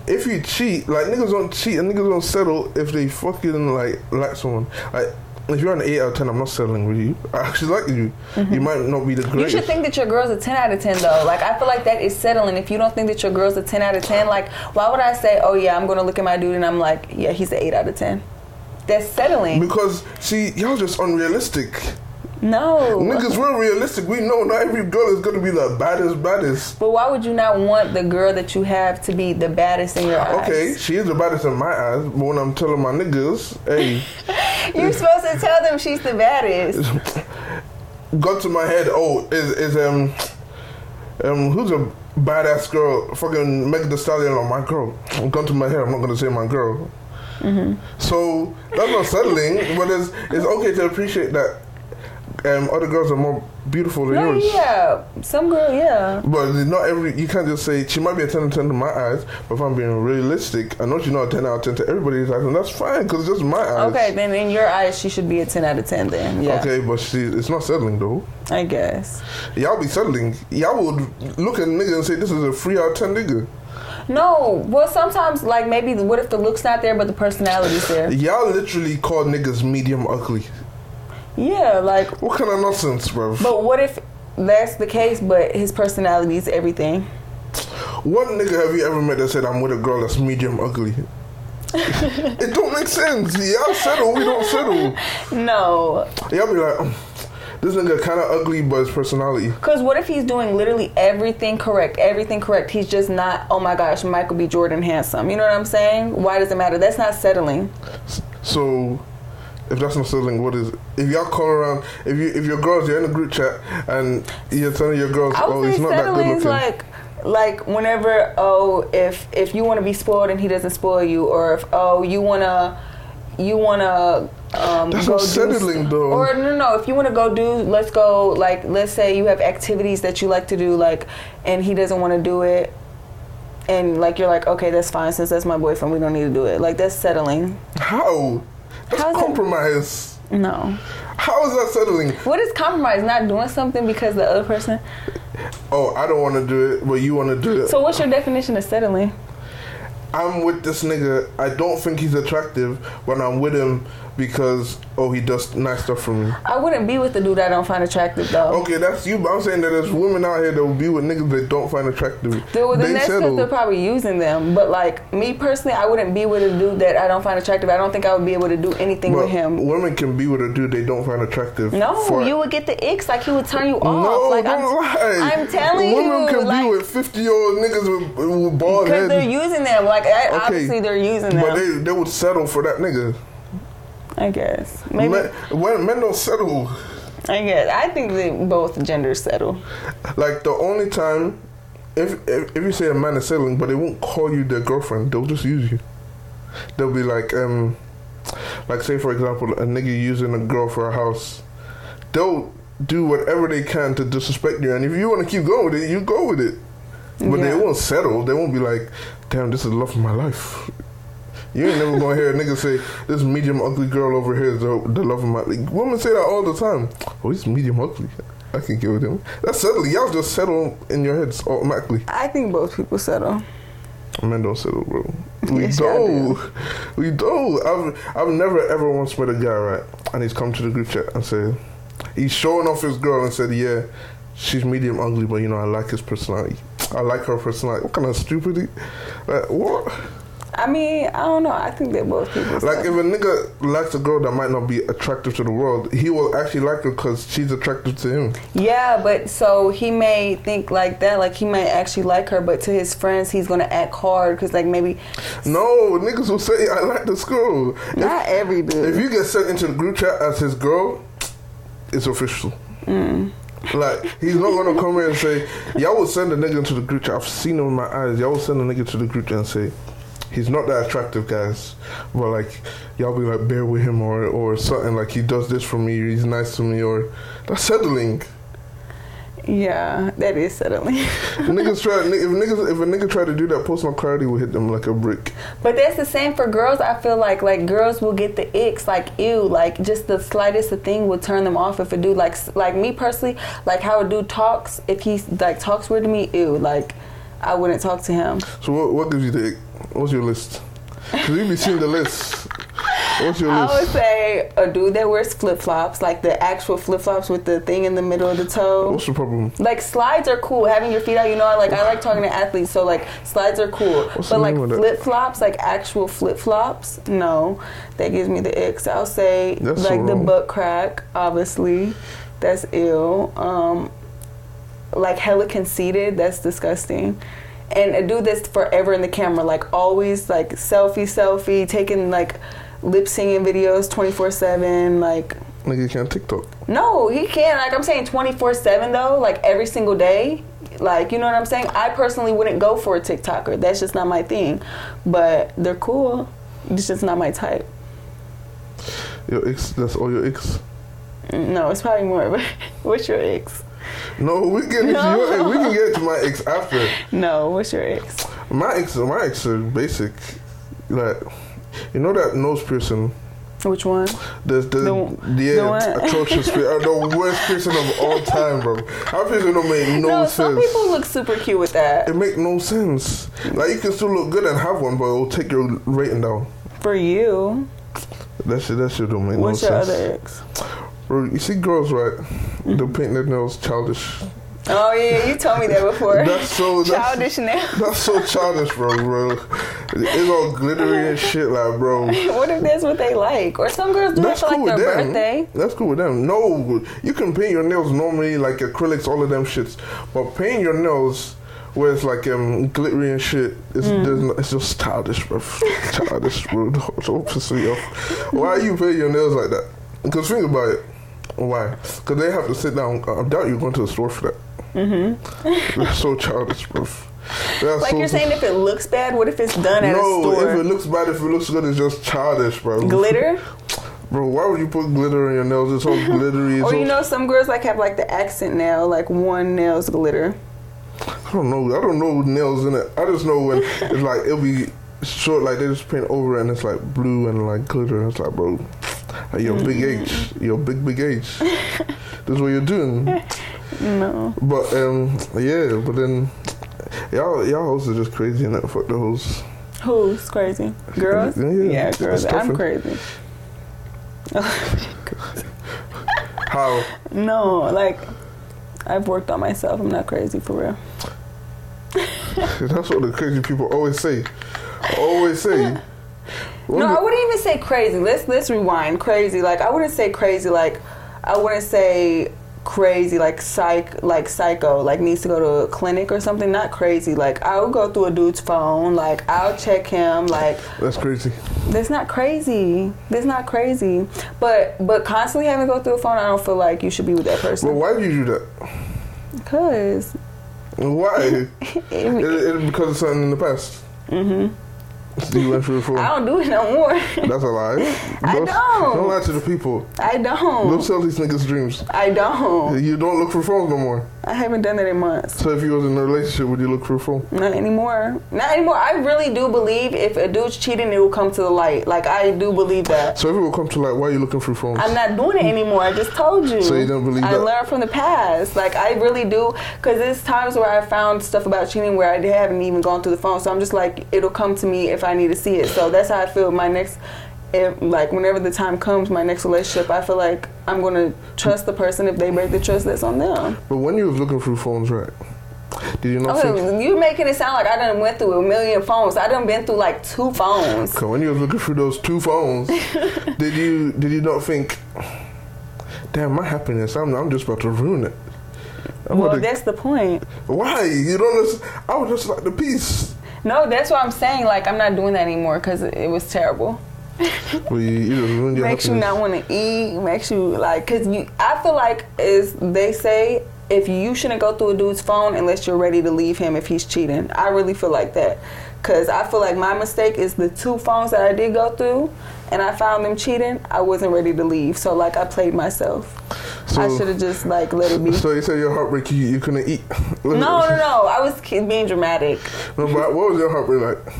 Speaker 1: if you cheat, like niggas don't cheat and niggas don't settle if they fucking like like someone. Like, if you're an eight out of ten, I'm not settling with you. I actually like you. You might not be the
Speaker 2: Mm-hmm. you
Speaker 1: greatest.
Speaker 2: should think that your girl's a 10 out of 10 though. Like I feel like that is settling. If you don't think that your girl's a 10 out of 10, like why would I say, "Oh yeah, I'm going to look at my dude and I'm like, yeah, he's an 8 out of 10." That's settling.
Speaker 1: because see, y'all just unrealistic.
Speaker 2: No.
Speaker 1: Niggas, we're realistic. We know not every girl is gonna be the baddest, baddest.
Speaker 2: But why would you not want the girl that you have to be the baddest in your eyes?
Speaker 1: Okay, she is the baddest in my eyes, but when I'm telling my niggas, hey,
Speaker 2: You're supposed to tell them she's the baddest.
Speaker 1: got to my head. Oh, is is um um who's a badass girl? Fucking Meg the Stallion or my girl? Gun to my head. I'm not gonna say my girl.
Speaker 2: Mm-hmm.
Speaker 1: So that's not settling, but it's it's okay to appreciate that um other girls are more beautiful than
Speaker 2: No,
Speaker 1: yours.
Speaker 2: yeah. Some girl, yeah.
Speaker 1: But it's not every you can't just say she might be a ten out of ten to my eyes, but if I'm being realistic, I know she's not a ten out of ten to everybody's eyes, and that's fine because it's just my eyes.
Speaker 2: Okay, then in your eyes she should be a 10 out of 10 then. Yeah.
Speaker 1: Okay, but she it's not settling though.
Speaker 2: I guess.
Speaker 1: Y'all be settling. Y'all would look at a nigga and say, this is a 3 out of 10 nigga.
Speaker 2: No, well sometimes like maybe what if the look's not there but the personality's there?
Speaker 1: Y'all literally call niggas medium ugly.
Speaker 2: Yeah, like
Speaker 1: What kind of nonsense, bruv?
Speaker 2: but what if that's the case but his personality is everything?
Speaker 1: What nigga have you ever met that said, I'm with a girl that's medium ugly? it don't make sense. Y'all settle, we don't settle.
Speaker 2: No.
Speaker 1: Y'all be like, "Mm, this nigga kind of ugly, but his personality.
Speaker 2: Cause what if he's doing literally everything correct, everything correct? He's just not. Oh my gosh, Michael B. Jordan handsome. You know what I'm saying? Why does it matter? That's not settling.
Speaker 1: So, if that's not settling, what is it? If y'all call around, if you if your girls, you're in a group chat, and you're telling your girls,
Speaker 2: I
Speaker 1: oh,
Speaker 2: would
Speaker 1: it's
Speaker 2: say
Speaker 1: not that good
Speaker 2: settling is
Speaker 1: looking.
Speaker 2: like, like whenever oh if if you want to be spoiled and he doesn't spoil you, or if oh you wanna you wanna um,
Speaker 1: That's
Speaker 2: go
Speaker 1: not
Speaker 2: do
Speaker 1: settling,
Speaker 2: s-
Speaker 1: though.
Speaker 2: Or no, no, no, if you want to go do, let's go. Like let's say you have activities that you like to do, like and he doesn't want to do it. And like you're like okay that's fine since that's my boyfriend we don't need to do it like that's settling
Speaker 1: How? That's
Speaker 2: How is that-
Speaker 1: compromise.
Speaker 2: no
Speaker 1: How is that settling?
Speaker 2: What is compromise? Not doing something because the other person.
Speaker 1: Oh, I don't want to do it, but you want to do it.
Speaker 2: So what's your definition of settling?
Speaker 1: I'm with this nigga. I don't think he's attractive, but I'm with him because oh, he does nice stuff for me.
Speaker 2: I wouldn't be with the dude I don't find attractive though.
Speaker 1: Okay, that's you. But I'm saying that there's women out here that will be with niggas they don't find attractive.
Speaker 2: Dude, then
Speaker 1: they
Speaker 2: that's because they're probably using them. But like me personally, I wouldn't be with a dude that I don't find attractive. I don't think I would be able to do anything
Speaker 1: But
Speaker 2: with him.
Speaker 1: women can be with a dude they don't find attractive.
Speaker 2: No,
Speaker 1: for-
Speaker 2: you would get the icks. Like he would turn you off.
Speaker 1: No,
Speaker 2: like
Speaker 1: don't
Speaker 2: I'm,
Speaker 1: lie.
Speaker 2: I'm telling
Speaker 1: women
Speaker 2: you,
Speaker 1: can
Speaker 2: like,
Speaker 1: be with fifty-year-old niggas with, with bald
Speaker 2: because
Speaker 1: heads.
Speaker 2: they're using them. Like I,
Speaker 1: Okay,
Speaker 2: obviously they're using
Speaker 1: but they
Speaker 2: them.
Speaker 1: they would settle for that nigga.
Speaker 2: I guess. Maybe.
Speaker 1: Men, when, men don't settle.
Speaker 2: I guess. I think that both genders settle.
Speaker 1: Like the only time, if, if if you say a man is settling, but they won't call you their girlfriend, they'll just use you. They'll be like, um, like say for example, a nigga using a girl for a house, they'll do whatever they can to disrespect you, and if you want to keep going with it, you go with it. But
Speaker 2: Yeah.
Speaker 1: they won't settle. They won't be like, damn, this is the love of my life. You ain't never gonna hear a nigga say this medium ugly girl over here is the, the love of my. Like, women say that all the time. Oh, he's medium ugly. I can get with him. That's settling. Y'all just settle in your heads automatically.
Speaker 2: I think both people settle.
Speaker 1: Men don't settle, bro. We
Speaker 2: Yes, y'all
Speaker 1: don't. We don't. I've I've never ever once met a guy right, and he's come to the group chat and said he's showing off his girl and said, yeah, she's medium ugly, but you know I like his personality. I like her personality. What kind of stupidity? Like what?
Speaker 2: I mean, I don't know. I think that both people.
Speaker 1: Like
Speaker 2: settle.
Speaker 1: if a nigga likes a girl that might not be attractive to the world, he will actually like her because she's attractive to him.
Speaker 2: Yeah, but so he may think like that, like he might actually like her, but to his friends, he's gonna act hard because, like, maybe
Speaker 1: No, niggas will say I like this girl.
Speaker 2: not every
Speaker 1: If
Speaker 2: dude.
Speaker 1: you get sent into the group chat as his girl, it's official. Like he's not gonna come here and say, "Y'all will send a nigga into the group chat." I've seen him in my eyes. Y'all will send a nigga to the group chat and say, "He's not that attractive, guys." But like, y'all be like, "Bear with him," or or something like, "He does this for me. He's nice to me," or that's settling.
Speaker 2: Yeah, that is suddenly.
Speaker 1: niggas try. If niggas, if a nigga try to do that, post McCarty will hit them like a brick.
Speaker 2: But that's the same for girls. I feel like like girls will get the icks, like ew, like just the slightest of thing will turn them off if a dude like s- like me personally, like how a dude talks. If he like talks weird to me, ew, like I wouldn't talk to him.
Speaker 1: So what, what gives you the? ick? What's your list? 'Cause you be seeing the list. What's your
Speaker 2: I would
Speaker 1: list?
Speaker 2: say a dude that wears flip flops, like the actual flip flops with the thing in the middle of the toe.
Speaker 1: What's the problem?
Speaker 2: Like slides are cool. Having your feet out, you know, I like I like talking to athletes, so like slides are cool.
Speaker 1: What's
Speaker 2: but
Speaker 1: the
Speaker 2: like
Speaker 1: name of that?
Speaker 2: flip flops, like actual flip flops, no, that gives me the icks. I'll say
Speaker 1: That's so
Speaker 2: like the
Speaker 1: wrong.
Speaker 2: butt crack, obviously, that's ill. Um, like hella conceited, that's disgusting. And a dude that's forever in the camera, like always like selfie, selfie, taking like lip singing videos twenty four seven, like
Speaker 1: Nigga can't TikTok.
Speaker 2: no, he can't. Like I'm saying, 24 seven though, like every single day. Like you know what I'm saying. I personally wouldn't go for a TikToker. That's just not my thing. But they're cool. It's just not my type.
Speaker 1: Your ex. That's all your ex.
Speaker 2: No, it's probably more. But what's your ex?
Speaker 1: No, we can.
Speaker 2: No.
Speaker 1: Your ex. We can get to my ex after.
Speaker 2: No, what's your ex?
Speaker 1: My ex. My ex are basic. Like, you know that nose piercing.
Speaker 2: Which one?
Speaker 1: The the
Speaker 2: The-
Speaker 1: the, uh,
Speaker 2: the what?
Speaker 1: atrocious pi- uh, the worst piercing of all time, bro. Our piercing don't make no,
Speaker 2: No,
Speaker 1: sense.
Speaker 2: some people look super cute with that
Speaker 1: It make no sense. Like you can still look good and have one, but it'll take your rating down.
Speaker 2: for you.
Speaker 1: That shit, that shit don't make
Speaker 2: What's
Speaker 1: no
Speaker 2: your
Speaker 1: sense.
Speaker 2: other Mm-hmm. ex?
Speaker 1: Bro, you see girls, right? They paint their nails childish.
Speaker 2: Oh yeah, you told me that before.
Speaker 1: That's so that's,
Speaker 2: Childish now.
Speaker 1: That's so childish, bro, bro. It's all glittery and shit, like, bro.
Speaker 2: what if that's what they like? Or some girls do
Speaker 1: That's
Speaker 2: it for
Speaker 1: cool
Speaker 2: like
Speaker 1: with
Speaker 2: their
Speaker 1: them.
Speaker 2: birthday.
Speaker 1: That's cool with them. No, you can paint your nails normally, like acrylics, all of them shits. But painting your nails where it's like um glittery and shit, it's,
Speaker 2: Mm.
Speaker 1: there's no, it's just childish, bro. childish, bro. Don't, don't piss me off. Why are you painting your nails like that? Because think about it. Why? Because they have to sit down. I doubt you're going to the store for that. Mm-hmm. That's so childish, bro. That's
Speaker 2: Like
Speaker 1: so
Speaker 2: you're saying, if it looks bad, what if it's done at a
Speaker 1: no,
Speaker 2: store?
Speaker 1: if it looks bad, if it looks good, it's just childish, bro.
Speaker 2: Glitter,
Speaker 1: Bro, why would you put glitter on your nails? It's all glittery. It's
Speaker 2: or
Speaker 1: all,
Speaker 2: you know, some girls like have like the accent nail, like one nail's glitter.
Speaker 1: I don't know. I don't know nails in it. I just know when it's like it'll be short, like they just paint over it and it's like blue and like glitter. And it's like, bro, like your big
Speaker 2: Mm.
Speaker 1: H, your big big H. That's what you're doing.
Speaker 2: No,
Speaker 1: But um, yeah. But then y'all y'all hoes are just crazy in it. Fuck the hoes.
Speaker 2: who's crazy? Girls?
Speaker 1: Yeah,
Speaker 2: Yeah,
Speaker 1: yeah. It's
Speaker 2: girls. I'm
Speaker 1: different.
Speaker 2: crazy.
Speaker 1: How?
Speaker 2: No, like I've worked on myself. I'm not crazy for real.
Speaker 1: That's what the crazy people always say. Always say. What
Speaker 2: no,
Speaker 1: do-
Speaker 2: I wouldn't even say crazy. Let's let's rewind. Crazy, like I wouldn't say crazy. Like I wouldn't say crazy. Like psych, like psycho, like needs to go to a clinic or something. Not crazy. Like I would go through a dude's phone. Like I'll check him. Like
Speaker 1: that's crazy.
Speaker 2: that's not crazy. That's not crazy. But but constantly having to go through a phone, I don't feel like you should be with that
Speaker 1: But
Speaker 2: person.
Speaker 1: why do you do that?
Speaker 2: Because
Speaker 1: Why? It, it, because of something in the past. Mm-hmm. You went through it for.
Speaker 2: I don't do it no more.
Speaker 1: That's a lie.
Speaker 2: I
Speaker 1: Don't-
Speaker 2: don't.
Speaker 1: Don't lie to the people.
Speaker 2: I
Speaker 1: Don't
Speaker 2: don't.
Speaker 1: sell these niggas dreams.
Speaker 2: I don't.
Speaker 1: You don't look for phones no more.
Speaker 2: I haven't done that in months.
Speaker 1: So if you was in a relationship, would you look for a phone?
Speaker 2: Not anymore. Not anymore. I really do believe if a dude's cheating, it will come to the light. Like I do believe that.
Speaker 1: So if it would come to like, why are you looking for phones?
Speaker 2: I'm not doing it anymore. I just told you.
Speaker 1: So you don't believe
Speaker 2: I
Speaker 1: that?
Speaker 2: learned from the past. Like I really do, because there's times where I found stuff about cheating where I haven't even gone through the phone. So I'm just like, it'll come to me if I need to see it. So that's how I feel. My next, if, like whenever the time comes, my next relationship, I feel like I'm gonna trust the person. If they break the trust, that's on them.
Speaker 1: but when you was looking for phones, right? Did Oh, you not think?
Speaker 2: Okay, you making it sound like I done went through a million phones. I done been through like two phones.
Speaker 1: Cause when you was looking for those two phones, did you did you not think? Damn, my happiness. I'm I'm just about to ruin it. I'm
Speaker 2: well,
Speaker 1: about to-
Speaker 2: that's the point.
Speaker 1: why you don't? Listen, I was just like the peace.
Speaker 2: No, that's what I'm saying. Like, I'm not doing that anymore because it was terrible.
Speaker 1: Well, you, you just ruined your
Speaker 2: makes you
Speaker 1: happiness.
Speaker 2: not want to eat. Makes you like, cause you. I feel like is they say if you shouldn't go through a dude's phone unless you're ready to leave him if he's cheating. I really feel like that. Cause I feel like my mistake is the two phones that I did go through and I found them cheating, I wasn't ready to leave. So like I played myself. I
Speaker 1: So-
Speaker 2: should have just like let it be.
Speaker 1: So you said your heartbreak, you, you couldn't eat.
Speaker 2: no, no, no. I was kid- being dramatic.
Speaker 1: No, but what was your heartbreak like?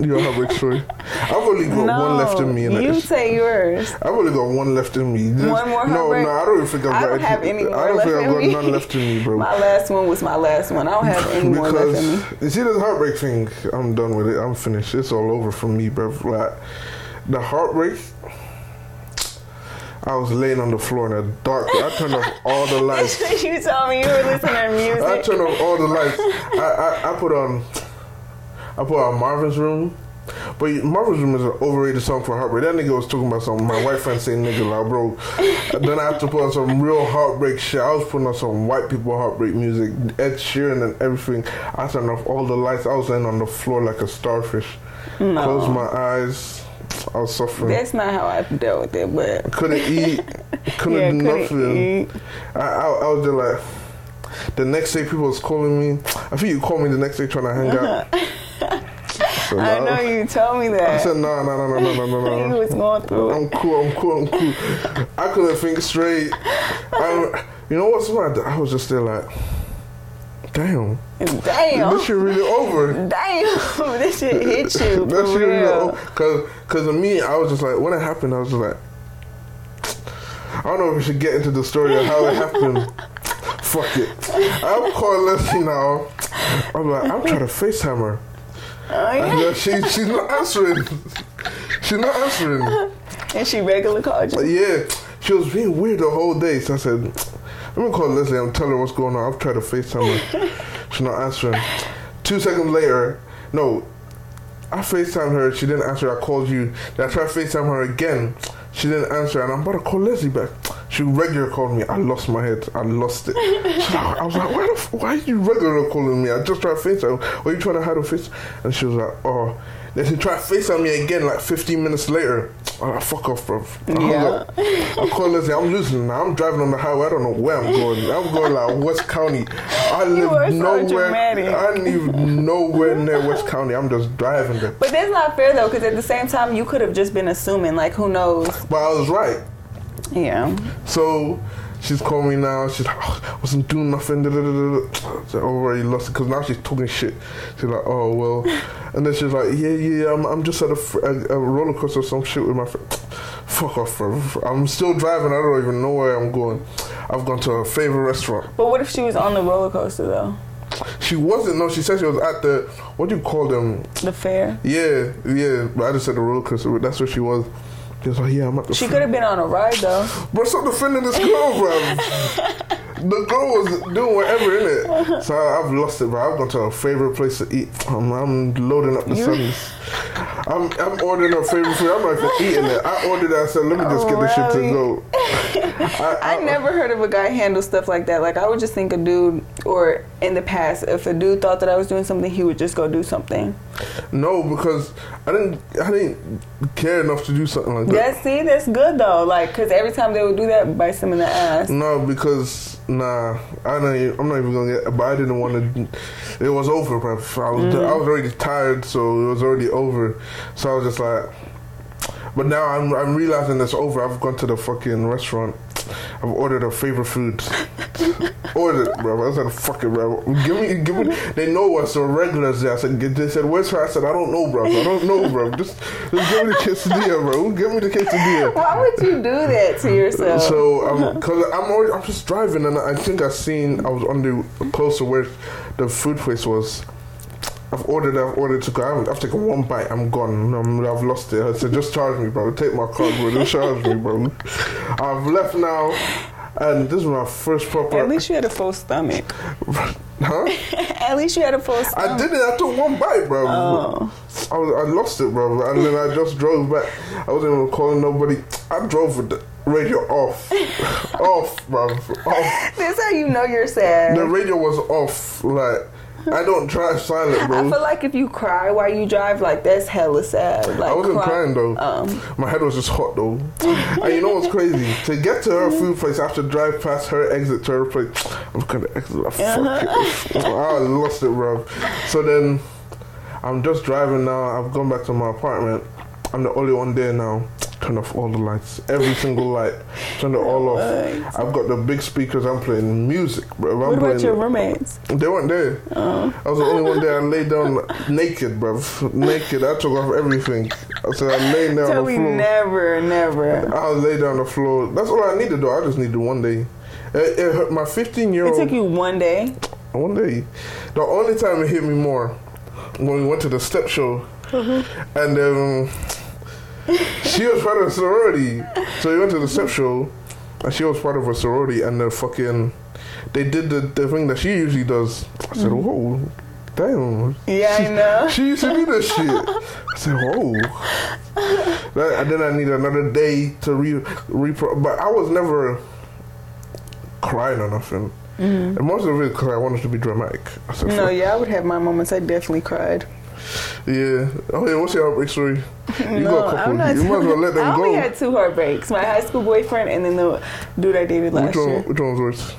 Speaker 1: Your heartbreak story. I've only got
Speaker 2: no,
Speaker 1: one left in me. And
Speaker 2: you
Speaker 1: it's-
Speaker 2: say yours.
Speaker 1: I've only got one left in me. Just-
Speaker 2: One more
Speaker 1: No,
Speaker 2: heartbreak?
Speaker 1: no, I don't even think I've
Speaker 2: I
Speaker 1: got
Speaker 2: don't
Speaker 1: any-
Speaker 2: have any more
Speaker 1: I don't
Speaker 2: left
Speaker 1: think
Speaker 2: in
Speaker 1: I've got
Speaker 2: me.
Speaker 1: none left in me, bro.
Speaker 2: My last one was my last one. I don't have any more left in me.
Speaker 1: because you see this heartbreak thing, I'm done with it. I'm finished. It's all over for me, bro. Like the heartbreak. I was laying on the floor in the dark. I turned off all the lights.
Speaker 2: you told me you were listening to music.
Speaker 1: I turned on all the lights. I, I, I put on I put on Marvin's Room. But Marvin's Room is an overrated song for heartbreak. That nigga was talking about something. My white friend saying nigga like bro. then I have to put on some real heartbreak shit. I was putting on some white people heartbreak music, Ed Sheeran and everything. I turned off all the lights. I was laying on the floor like a starfish.
Speaker 2: No.
Speaker 1: Closed my eyes. I was suffering.
Speaker 2: That's not how I dealt with it, but
Speaker 1: couldn't eat. Couldn't
Speaker 2: yeah,
Speaker 1: do
Speaker 2: couldn't
Speaker 1: nothing.
Speaker 2: eat.
Speaker 1: I, I, I was just like, the next day people was calling me. I think you called me the next day trying to hang out. So,
Speaker 2: I
Speaker 1: nah.
Speaker 2: know you told me
Speaker 1: I
Speaker 2: that.
Speaker 1: said no, no, no, no, no, no,
Speaker 2: you
Speaker 1: no.
Speaker 2: was going through it.
Speaker 1: I'm cool. I'm cool. I'm cool. I couldn't think straight. i you know what's mad? I was just there like, damn,
Speaker 2: Damn,
Speaker 1: this shit really over.
Speaker 2: damn, this shit hit you.
Speaker 1: That
Speaker 2: for
Speaker 1: shit
Speaker 2: real.
Speaker 1: real. Cause, cause of me, I was just like, when it happened, I was just like, I don't know if we should get into the story of how it happened. Fuck it. I'm calling Leslie now. I'm like, I'm trying to FaceTime her.
Speaker 2: Oh, yeah.
Speaker 1: And then she, she's not answering. She's not answering.
Speaker 2: And she regular called
Speaker 1: But
Speaker 2: you.
Speaker 1: yeah, she was being weird the whole day. So I said, let me call Leslie and tell her what's going on. I've tried to FaceTime her. She's not answering. Two seconds later, no, I FaceTime her. She didn't answer. I called you. Then I tried to FaceTime her again. She didn't answer. And I'm about to call Leslie back. She regular called me. I lost my head. I lost it. So I I was like, why, the f- why are you regular calling me? I just tried to FaceTime. Why are you trying to hide a face? And she was like, oh. Then she tried to FaceTime me again like 15 minutes later. I'm like, fuck off, bro.
Speaker 2: Yeah.
Speaker 1: I call Leslie. I'm losing. now. I'm driving on the highway. I don't know where I'm going. I'm going like West County. I live
Speaker 2: are so
Speaker 1: nowhere.
Speaker 2: dramatic.
Speaker 1: I live nowhere near West County. I'm just driving there.
Speaker 2: But that's not fair though, because at the same time, you could have just been assuming, like, who knows?
Speaker 1: But I was right.
Speaker 2: Yeah.
Speaker 1: So she's calling me now. She's like, oh, wasn't doing nothing. Da, da, da, da. So I already lost it because now she's talking shit. She's like, oh well, and then she's like, yeah, yeah, I'm, I'm just at a, fr- a, a roller coaster or some shit with my friend. Fuck off, bro. I'm still driving. I don't even know where I'm going. I've gone to her favorite restaurant.
Speaker 2: But what if she was on the roller coaster though?
Speaker 1: She wasn't. No, she said she was at the what do you call them?
Speaker 2: The fair.
Speaker 1: Yeah, yeah. But I just said the roller coaster. But that's where she was. She was like, yeah, I'm at the.
Speaker 2: She
Speaker 1: fr-
Speaker 2: could have been on a ride though.
Speaker 1: Bro, stop defending this girl, bro. the girl was doing whatever in it. So I, I've lost it, bro. I've gone to her favorite place to eat. Um, I'm loading up the sunnies. I'm, I'm ordering her favorite food. I'm not even eating it. I ordered it. I said, let me just get this shit to
Speaker 2: Really?
Speaker 1: go.
Speaker 2: I
Speaker 1: Oh.
Speaker 2: never heard of a guy handle stuff like that. Like I would just think a dude, or in the past, if a dude thought that I was doing something, he would just go do something.
Speaker 1: No, because I didn't. I didn't care enough to do something like that.
Speaker 2: That see, that's good though. Like, cause every time they would do that, bites them in the ass.
Speaker 1: No, because nah, I don't. Even, I'm not even gonna get. But I didn't want to. It was over, bro. I was I was already tired, so it was already over. So I was just like. But now I'm I'm realizing it's over. I've gone to the fucking restaurant. I've ordered her favorite food. ordered, bro. I said, "Fuck it, bro. Give me, give me." They know us. The regulars. There. I said, "Get-" "They said, where's her?" I said, "I don't know, bro. I don't know, bro. Just, just give me the quesadilla, bro. Give me the quesadilla."
Speaker 2: Why would you do that to yourself?
Speaker 1: So, um, cause I'm already, I'm just driving, and I think I seen I was on the close to where the food place was. I've ordered, I've ordered to go. I'm, I've taken one bite, I'm gone. I'm, I've lost it. I said, just charge me, bro. Take my card, bro. Just charge me, bro. I've left now, and this is my first
Speaker 2: At
Speaker 1: proper.
Speaker 2: least you had a full stomach.
Speaker 1: Huh?
Speaker 2: At least you had a full
Speaker 1: I
Speaker 2: stomach.
Speaker 1: did it. I took one bite, bro.
Speaker 2: Oh.
Speaker 1: I, was, I lost it, bro. And then I just drove back. I wasn't even calling nobody. I drove with the radio off, off, bro, off.
Speaker 2: That's how you know you're sad.
Speaker 1: The radio was off. Like I don't drive silent, bro.
Speaker 2: I feel like if you cry while you drive, like that's hella sad. Like
Speaker 1: I wasn't
Speaker 2: cry-
Speaker 1: crying though.
Speaker 2: Um,
Speaker 1: My head was just hot though. and you know what's crazy? To get to her food place, I have to drive past her exit to her place. I'm gonna exit. I fuck
Speaker 2: Uh-huh.
Speaker 1: it. I lost it, bro. So then I'm just driving now. I've gone back to my apartment. I'm the only one there now. Turn off all the lights, every single light. Turn it all off.
Speaker 2: Lights.
Speaker 1: I've got the big speakers. I'm playing music, bro. I'm
Speaker 2: what about
Speaker 1: playing,
Speaker 2: your roommates?
Speaker 1: They weren't there.
Speaker 2: Oh.
Speaker 1: I was the only one there. I laid down naked, bro. Naked. I took off everything. So I laid down
Speaker 2: Tell
Speaker 1: on the
Speaker 2: me
Speaker 1: floor.
Speaker 2: never, never.
Speaker 1: I was laid down on the floor. That's all I needed, though. I just needed one day. It, it hurt my 15 year
Speaker 2: It
Speaker 1: old.
Speaker 2: took you one day.
Speaker 1: One day. The only time it hit me more when we went to the step show. And um, she was part of a sorority. So we went to the step show and she was part of a sorority and the fucking. They did the, the thing that she usually does. I said, whoa, damn.
Speaker 2: Yeah, I know.
Speaker 1: She used to do this shit. I said, whoa. That- and then I need another day to re, repro. But I was never crying or nothing. And most of it because I wanted to be dramatic. I said,
Speaker 2: Mm-hmm. No,
Speaker 1: "Fuck."
Speaker 2: yeah, I would have my moments. I definitely cried.
Speaker 1: Yeah. Oh, yeah, what's your heartbreak story? You got a couple. you might as well let
Speaker 2: I
Speaker 1: them
Speaker 2: only
Speaker 1: go.
Speaker 2: had two heartbreaks: my high school boyfriend and then the dude I dated last
Speaker 1: Which one,
Speaker 2: year.
Speaker 1: which one was worse?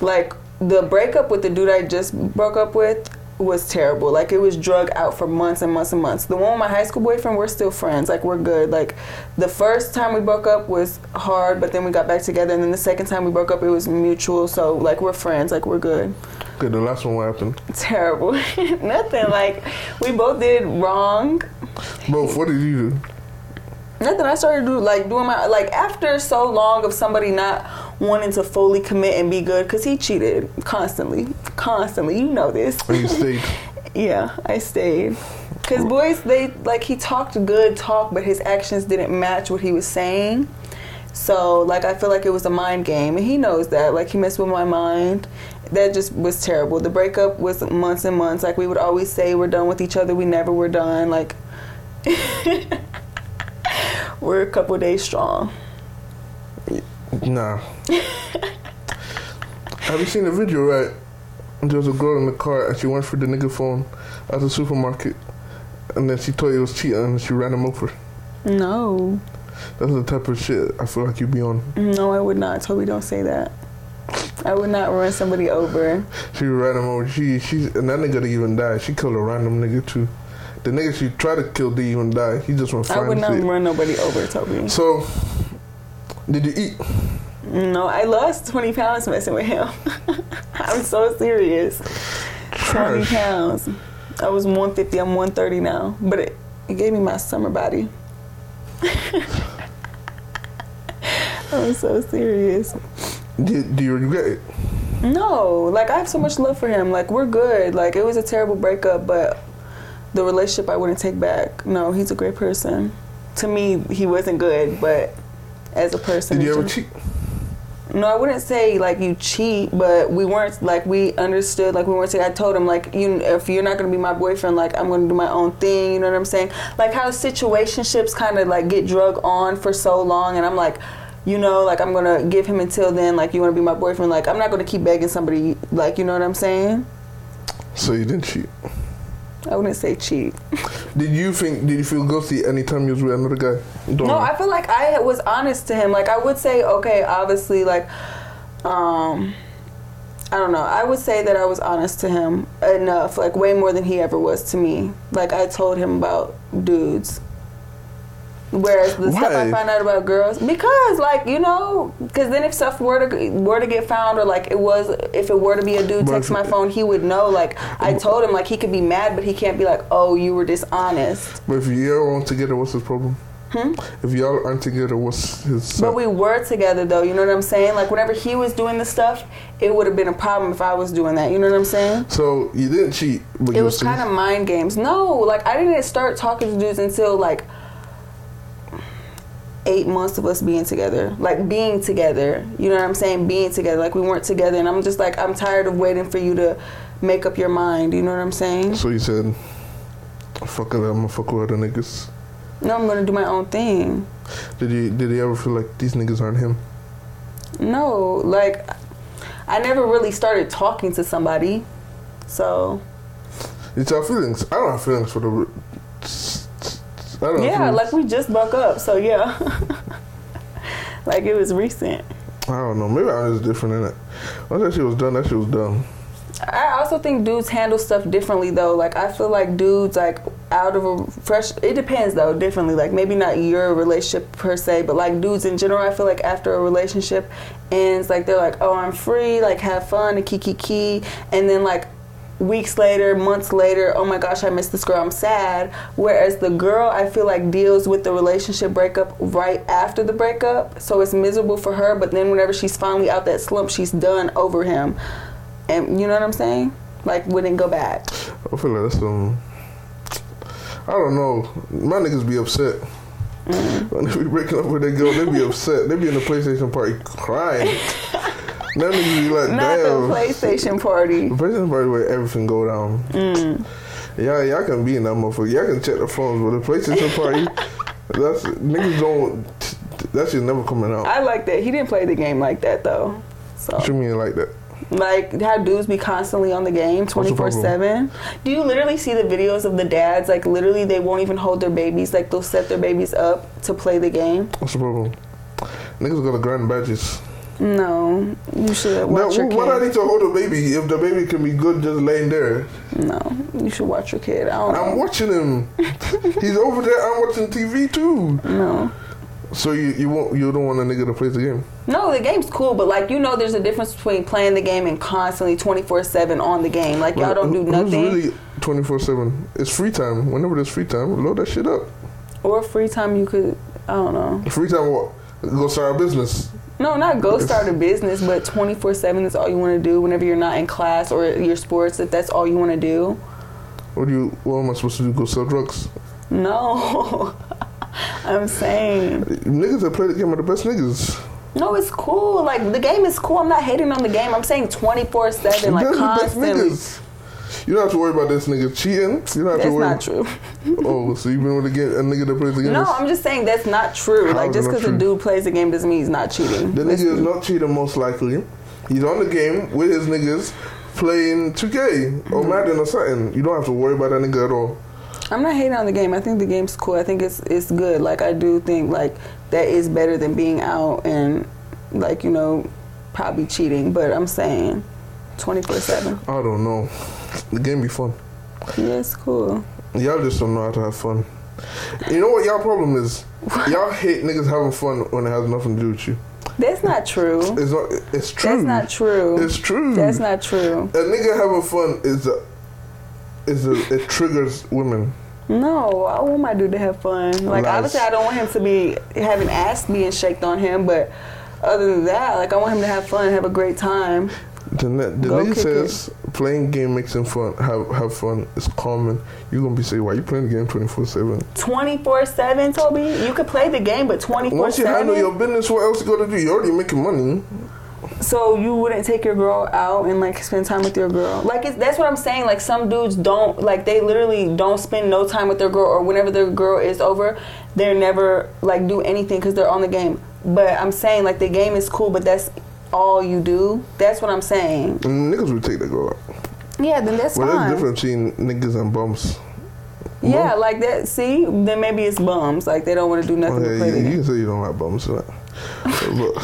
Speaker 2: Like the breakup with the dude I just broke up with was terrible. Like it was drug out for months and months and months. The one with my high school boyfriend, we're still friends. Like we're good. Like the first time we broke up was hard, but then we got back together. And then the second time we broke up, it was mutual. So like we're friends. Like we're good.
Speaker 1: Okay, the last one, what happened?
Speaker 2: Terrible. Nothing. Like we both did wrong.
Speaker 1: Bro, what did you do?
Speaker 2: Nothing. I started do like doing my like after so long of somebody not wanting to fully commit and be good because he cheated constantly, constantly. You know this.
Speaker 1: And you stayed.
Speaker 2: yeah, I stayed. Cause boys, they like he talked good talk, but his actions didn't match what he was saying. So like I feel like it was a mind game, and he knows that. Like he messed with my mind. That just was terrible. The breakup was months and months. Like we would always say we're done with each other. We never were done. Like we're a couple days strong.
Speaker 1: Nah. Have you seen the video, right? There was a girl in the car and she went for the nigga phone at the supermarket. And then she thought he was cheating and she ran him over.
Speaker 2: No,
Speaker 1: That's the type of shit I feel like you be on.
Speaker 2: no, I would not. Toby, don't say that. I would not run somebody over.
Speaker 1: She ran him over. She, she, and that nigga didn't even die. She killed a random nigga too. The nigga she tried to kill didn't even die. He just went
Speaker 2: I would
Speaker 1: fine
Speaker 2: not
Speaker 1: shit.
Speaker 2: run nobody over, Toby.
Speaker 1: So, did you eat?
Speaker 2: No, I lost 20 pounds messing with him. I'm so serious. 20
Speaker 1: Trash.
Speaker 2: pounds. I was 150, I'm 130 now. But it, it gave me my summer body. I'm so serious.
Speaker 1: Did, do you regret it?
Speaker 2: No, like I have so much love for him. Like we're good. Like it was a terrible breakup, but the relationship I wouldn't take back. No, he's a great person. To me, he wasn't good, but as a person,
Speaker 1: Did you
Speaker 2: in
Speaker 1: ever
Speaker 2: gen-
Speaker 1: cheat?
Speaker 2: no, I wouldn't say like you cheat, but we weren't like we understood like we weren't. I told him like you if you're not gonna be my boyfriend, like I'm gonna do my own thing. You know what I'm saying? Like how situationships kind of like get drug on for so long, and I'm like, you know, like I'm gonna give him until then. Like you wanna be my boyfriend? Like I'm not gonna keep begging somebody. Like you know what I'm saying?
Speaker 1: So you didn't cheat.
Speaker 2: I wouldn't say cheat.
Speaker 1: Did you think? Did you feel guilty anytime you was with another guy? Don't know.
Speaker 2: No, I feel like I was honest to him. Like I would say, okay, obviously, like, um, I don't know. I would say that I was honest to him enough, like way more than he ever was to me. Like I told him about dudes. Whereas the stuff I
Speaker 1: Why?
Speaker 2: find out about girls, because like you know, because then if stuff were to were to get found or like it was, if it were to be a dude
Speaker 1: But
Speaker 2: text
Speaker 1: if-
Speaker 2: my phone, he would know. Like I told him, like he could be mad, but he can't be like, oh, you were dishonest.
Speaker 1: But if y'all aren't together, what's his problem? If y'all aren't together, what's his?
Speaker 2: Hmm? But we were together though, you know what I'm saying? Like whenever he was doing the stuff, it would have been a problem if I was doing that, you know what I'm saying?
Speaker 1: so you didn't cheat, but
Speaker 2: It
Speaker 1: you
Speaker 2: was kind of mind games. No, like I didn't start talking to dudes until like eight months of us being together. Like being together, you know what I'm saying? Being together. Like we weren't together and I'm just like I'm tired of waiting for you to make up your mind, you know what I'm saying?
Speaker 1: So you said, "Fuck it, I'm gonna fuck with other niggas."
Speaker 2: No, I'm gonna do my own thing.
Speaker 1: Did you? Did you ever feel like these niggas aren't him?
Speaker 2: No, like I never really started talking to somebody. So
Speaker 1: It's our feelings. I don't have feelings for the. I don't have
Speaker 2: Yeah,
Speaker 1: feelings.
Speaker 2: like we just broke up, so yeah. like it was recent.
Speaker 1: I don't know. Maybe I'm just different in it. Once that shit was done, that shit was done.
Speaker 2: I also think dudes handle stuff differently though. Like I feel like dudes like out of a fresh it depends though, differently. Like maybe not your relationship per se, but like dudes in general, I feel like after a relationship ends like they're like, "Oh, I'm free, like have fun, and kiki key." And then like weeks later, months later, "Oh my gosh, I miss this girl. I'm sad." Whereas the girl, I feel like deals with the relationship breakup right after the breakup, so it's miserable for her, but then whenever she's finally out that slump, she's done over him and you know what I'm saying? Like wouldn't go back.
Speaker 1: I feel like that's um. I don't know. My niggas be upset.
Speaker 2: Mm-hmm.
Speaker 1: When they be breaking up with that girl, they be upset. They be in the PlayStation party crying. Now niggas be like,
Speaker 2: Not the
Speaker 1: Uh, damn.
Speaker 2: PlayStation party.
Speaker 1: The PlayStation party where everything go down.
Speaker 2: Mm.
Speaker 1: Y'all, y'all can be in that motherfucker. Y'all can check the phones, but the PlayStation party, that's niggas don't. That shit never coming out.
Speaker 2: I like that. He didn't play the game like that though. So
Speaker 1: What you mean like that?
Speaker 2: like how dudes be constantly on the game
Speaker 1: the
Speaker 2: 24/7. Do you literally see the videos of the dads like literally they won't even hold their babies like they'll set their babies up to play the game?
Speaker 1: What's the problem? Niggas got a grand badges.
Speaker 2: No. You should
Speaker 1: Now,
Speaker 2: watch your
Speaker 1: wh- why do I
Speaker 2: kid.
Speaker 1: need to hold a baby if the baby can be good just laying there?
Speaker 2: No. You should watch your kid. I don't
Speaker 1: I'm
Speaker 2: know.
Speaker 1: watching him. He's over there. I'm watching TV too.
Speaker 2: No.
Speaker 1: So you you won't you don't want a nigga to play the game.
Speaker 2: No, the game's cool, but like you know, there's a difference between playing the game and constantly 24/7 on the game. Like y'all don't do
Speaker 1: Who-
Speaker 2: nothing.
Speaker 1: Who's really twenty four seven? It's free time. Whenever there's free time, load that shit up.
Speaker 2: Or free time you could, I don't know.
Speaker 1: Free time what? Go start a business.
Speaker 2: No, not go start a business, but 24 7 is all you want to do whenever you're not in class or your sports, if that's all you want to do.
Speaker 1: What do you? What am I supposed to do? Go sell drugs?
Speaker 2: No. I'm saying.
Speaker 1: Niggas that play the game are the best niggas.
Speaker 2: No, it's cool. Like, the game is cool. I'm not hating on the game. I'm saying 24 7, like,
Speaker 1: They're the
Speaker 2: constantly.
Speaker 1: best niggas. You don't have to worry about this nigga cheating. You don't have to
Speaker 2: That's
Speaker 1: worry.
Speaker 2: not true.
Speaker 1: Oh, so you've been with a, ga- a nigga that plays the game?
Speaker 2: No, I'm just saying that's not true.
Speaker 1: How
Speaker 2: Like,
Speaker 1: is
Speaker 2: just
Speaker 1: it not
Speaker 2: because a
Speaker 1: true?
Speaker 2: dude plays the game doesn't mean he's not cheating.
Speaker 1: The nigga is not cheating most likely. He's on the game with his niggas playing 2K
Speaker 2: Mm-hmm.
Speaker 1: or Madden or something. You don't have to worry about that nigga at all.
Speaker 2: I'm not hating on the game. I think the game's cool. I think it's it's good. Like I do think like that is better than being out and like you know probably cheating. But I'm saying 24 seven.
Speaker 1: I don't know. The game be fun.
Speaker 2: Yeah, it's cool.
Speaker 1: Y'all just don't know how to have fun. You know what y'all problem is? Y'all hate niggas having fun when it has nothing to do with you.
Speaker 2: That's not true.
Speaker 1: It's not. It's true.
Speaker 2: That's not true.
Speaker 1: It's true.
Speaker 2: That's not true.
Speaker 1: a nigga having fun is a, is a, it triggers women.
Speaker 2: No, I want my dude to have fun. Like
Speaker 1: Lies.
Speaker 2: obviously, I don't want him to be having ass being shaked on him, but. Other than that, like I want him to have fun, have a great time.
Speaker 1: The, ne- the
Speaker 2: Go
Speaker 1: nigga
Speaker 2: kick
Speaker 1: says playing game makes him fun. Have have fun. It's common. You gonna be saying why you playing the game twenty four seven?
Speaker 2: Twenty four seven, Toby. You could play the game, but twenty four
Speaker 1: Once you
Speaker 2: seven.
Speaker 1: handle your business, what else you gotta do? You're already making money.
Speaker 2: So you wouldn't take your girl out and like spend time with your girl. Like it's, that's what I'm saying. Like some dudes don't like they literally don't spend no time with their girl or whenever their girl is over, they're never like do anything because they're on the game. But I'm saying like the game is cool, but that's all you do. That's what I'm saying.
Speaker 1: And niggas will take that girl out.
Speaker 2: Yeah, then that's
Speaker 1: Well,
Speaker 2: fine.
Speaker 1: there's difference between niggas and bums.
Speaker 2: Yeah, like that. See, then maybe it's bums. Like they don't want to do nothing
Speaker 1: Okay,
Speaker 2: to play the
Speaker 1: you, you can
Speaker 2: game.
Speaker 1: say you don't like bums, so but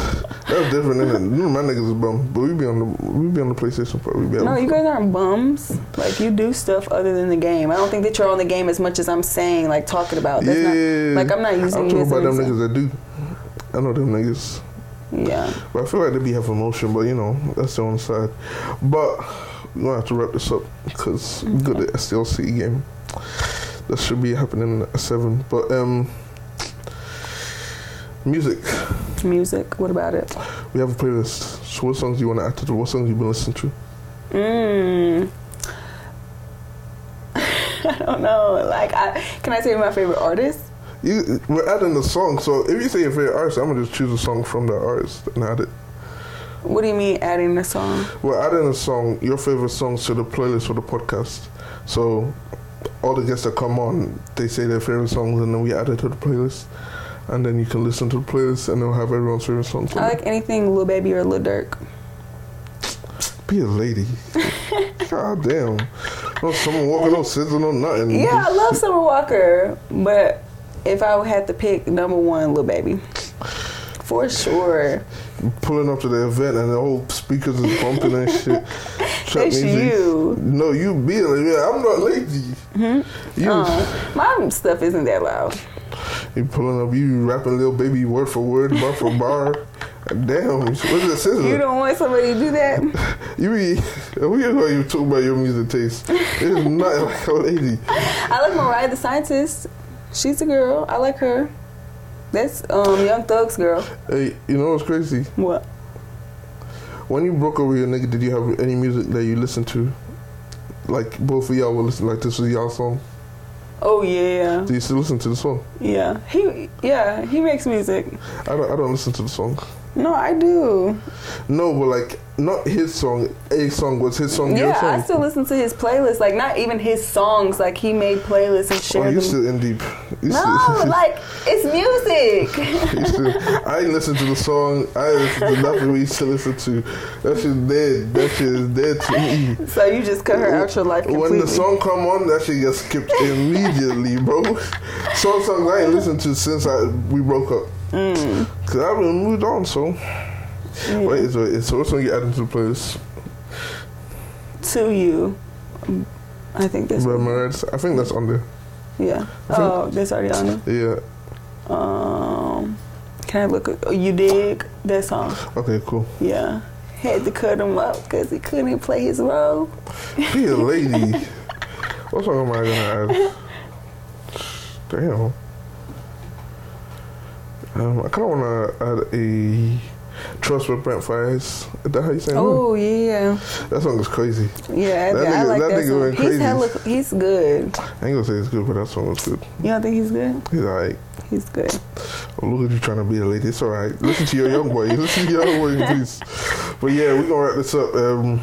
Speaker 1: that's different. Isn't it? You know, my niggas is bum, but we be on the we be on the PlayStation. part. We be
Speaker 2: No,
Speaker 1: having
Speaker 2: you
Speaker 1: fun.
Speaker 2: guys aren't bums. Like you do stuff other than the game. I don't think that you're on the game as much as I'm saying, like talking about. That's
Speaker 1: yeah,
Speaker 2: not, like I'm not using
Speaker 1: I'm
Speaker 2: you
Speaker 1: talking
Speaker 2: as
Speaker 1: about
Speaker 2: an
Speaker 1: them
Speaker 2: example.
Speaker 1: niggas that do. I know them niggas.
Speaker 2: Yeah.
Speaker 1: But I feel like they be have emotion, but you know, that's the one side. But we're gonna have to wrap this up because we got the SLC game. That should be happening at seven. But um music.
Speaker 2: Music. What about it?
Speaker 1: We have a playlist. So what songs do you wanna add to the what songs you been listening to?
Speaker 2: Mm. I don't know. Like, I can I tell you my favorite artist?
Speaker 1: You, we're adding the song, so if you say your favorite artist, I'm gonna just choose a song from the artist and add it.
Speaker 2: What do you mean adding a song?
Speaker 1: We're adding a song, your favorite songs, to the playlist for the podcast. So all the guests that come on, they say their favorite songs, and then we add it to the playlist. And then you can listen to the playlist, and they'll have everyone's favorite songs. on
Speaker 2: I
Speaker 1: it.
Speaker 2: like anything Lil Baby or Lil Durk.
Speaker 1: Be a lady. God damn. No, someone walking no sizzle, no nothing.
Speaker 2: Yeah, I love Summer Walker, but if I had to pick number one, Lil Baby, for sure.
Speaker 1: Pulling up to the event and the whole speakers is bumping and shit. Trap
Speaker 2: That's
Speaker 1: music.
Speaker 2: you.
Speaker 1: No, you be like, yeah, I'm not lazy. You,
Speaker 2: Uh, my stuff isn't that loud.
Speaker 1: you pulling up, you rapping little baby word for word, bar for bar. Damn, what's the sizzle?
Speaker 2: You don't want somebody to do that.
Speaker 1: You be, we are going to talk about your music taste. It's not like a lady.
Speaker 2: I like Mariah the Scientist. She's a girl. I like her. That's um Young Thug's girl.
Speaker 1: Hey, you know what's crazy?
Speaker 2: What?
Speaker 1: When you broke up with your nigga, did you have any music that you listened to? Like both of y'all were listening. Like this was y'all song.
Speaker 2: Oh yeah,
Speaker 1: Do you still listen to the song?
Speaker 2: yeah. He yeah he makes music.
Speaker 1: I don't. I don't listen to the song.
Speaker 2: No, I do.
Speaker 1: No, but like not his song. A song was his song. your
Speaker 2: yeah,
Speaker 1: song.
Speaker 2: I still listen to his playlist. Like not even his songs. Like he made playlists and
Speaker 1: Oh,
Speaker 2: shared
Speaker 1: you
Speaker 2: them.
Speaker 1: still in deep. You
Speaker 2: no,
Speaker 1: still-
Speaker 2: like it's music.
Speaker 1: you still- I ain't listen to the song. I ain't listen to nothing we used to listen to. That shit dead. That shit is dead to me.
Speaker 2: So you just cut her out your life completely.
Speaker 1: When the song come on, that shit gets skipped immediately, bro. Some songs I ain't listened to since I we broke up.
Speaker 2: Mm,
Speaker 1: Cause I've been moved on, so wait, so wait, so what song you adding to the playlist?
Speaker 2: to you, I think this.
Speaker 1: By
Speaker 2: one.
Speaker 1: Marais? I think that's on there.
Speaker 2: Yeah.
Speaker 1: I think-
Speaker 2: Oh, this already on it.
Speaker 1: Yeah.
Speaker 2: Um, can I look? at- oh, You dig that song?
Speaker 1: Okay, cool.
Speaker 2: Yeah. Had to cut him up because he couldn't play his role.
Speaker 1: Be a lady. what song am I gonna add? Damn. Um, I kind of wanna add a trust with Brent Fires. Is that how you say it?
Speaker 2: Oh yeah,
Speaker 1: That song is crazy.
Speaker 2: yeah. I,
Speaker 1: That
Speaker 2: I
Speaker 1: nigga-
Speaker 2: like
Speaker 1: that
Speaker 2: that,
Speaker 1: nigga
Speaker 2: song.
Speaker 1: went
Speaker 2: He's
Speaker 1: crazy.
Speaker 2: hella- he's good.
Speaker 1: I ain't gonna say it's good, but that song was good.
Speaker 2: You don't think he's good?
Speaker 1: He's alright.
Speaker 2: He's good.
Speaker 1: Oh, look at you trying to be a lady. It's alright. Listen to your young boy. Listen to your young boy, please. But yeah, we're gonna wrap this up. Um,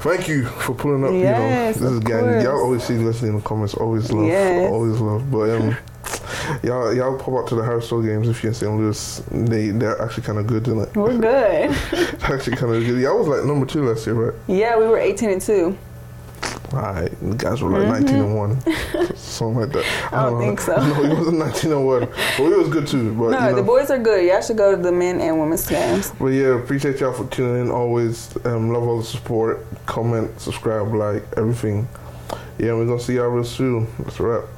Speaker 1: thank you for pulling up.
Speaker 2: Yes,
Speaker 1: you know, this is
Speaker 2: of
Speaker 1: gang.
Speaker 2: course.
Speaker 1: Y'all always see Leslie in the comments. Always love.
Speaker 2: Yes.
Speaker 1: Always love. But um, y'all, y'all pop out to the Harrisville games if you're in St. Louis. They they're actually kind of good, isn't it?
Speaker 2: We're good.
Speaker 1: actually kind of good. Y'all was like number two last year, right?
Speaker 2: yeah, we were 18 and two.
Speaker 1: Alright, the guys were like 19 and 1. Something like that.
Speaker 2: Mm-hmm. I don't think so.
Speaker 1: No, he wasn't 19 and 1. But we was good too. But,
Speaker 2: No,
Speaker 1: you know,
Speaker 2: the boys are good. Y'all should go to the men and women's games.
Speaker 1: but yeah, appreciate y'all for tuning in. Always um, love all the support. Comment, subscribe, like, everything. Yeah, we're going to see y'all real soon. That's a wrap.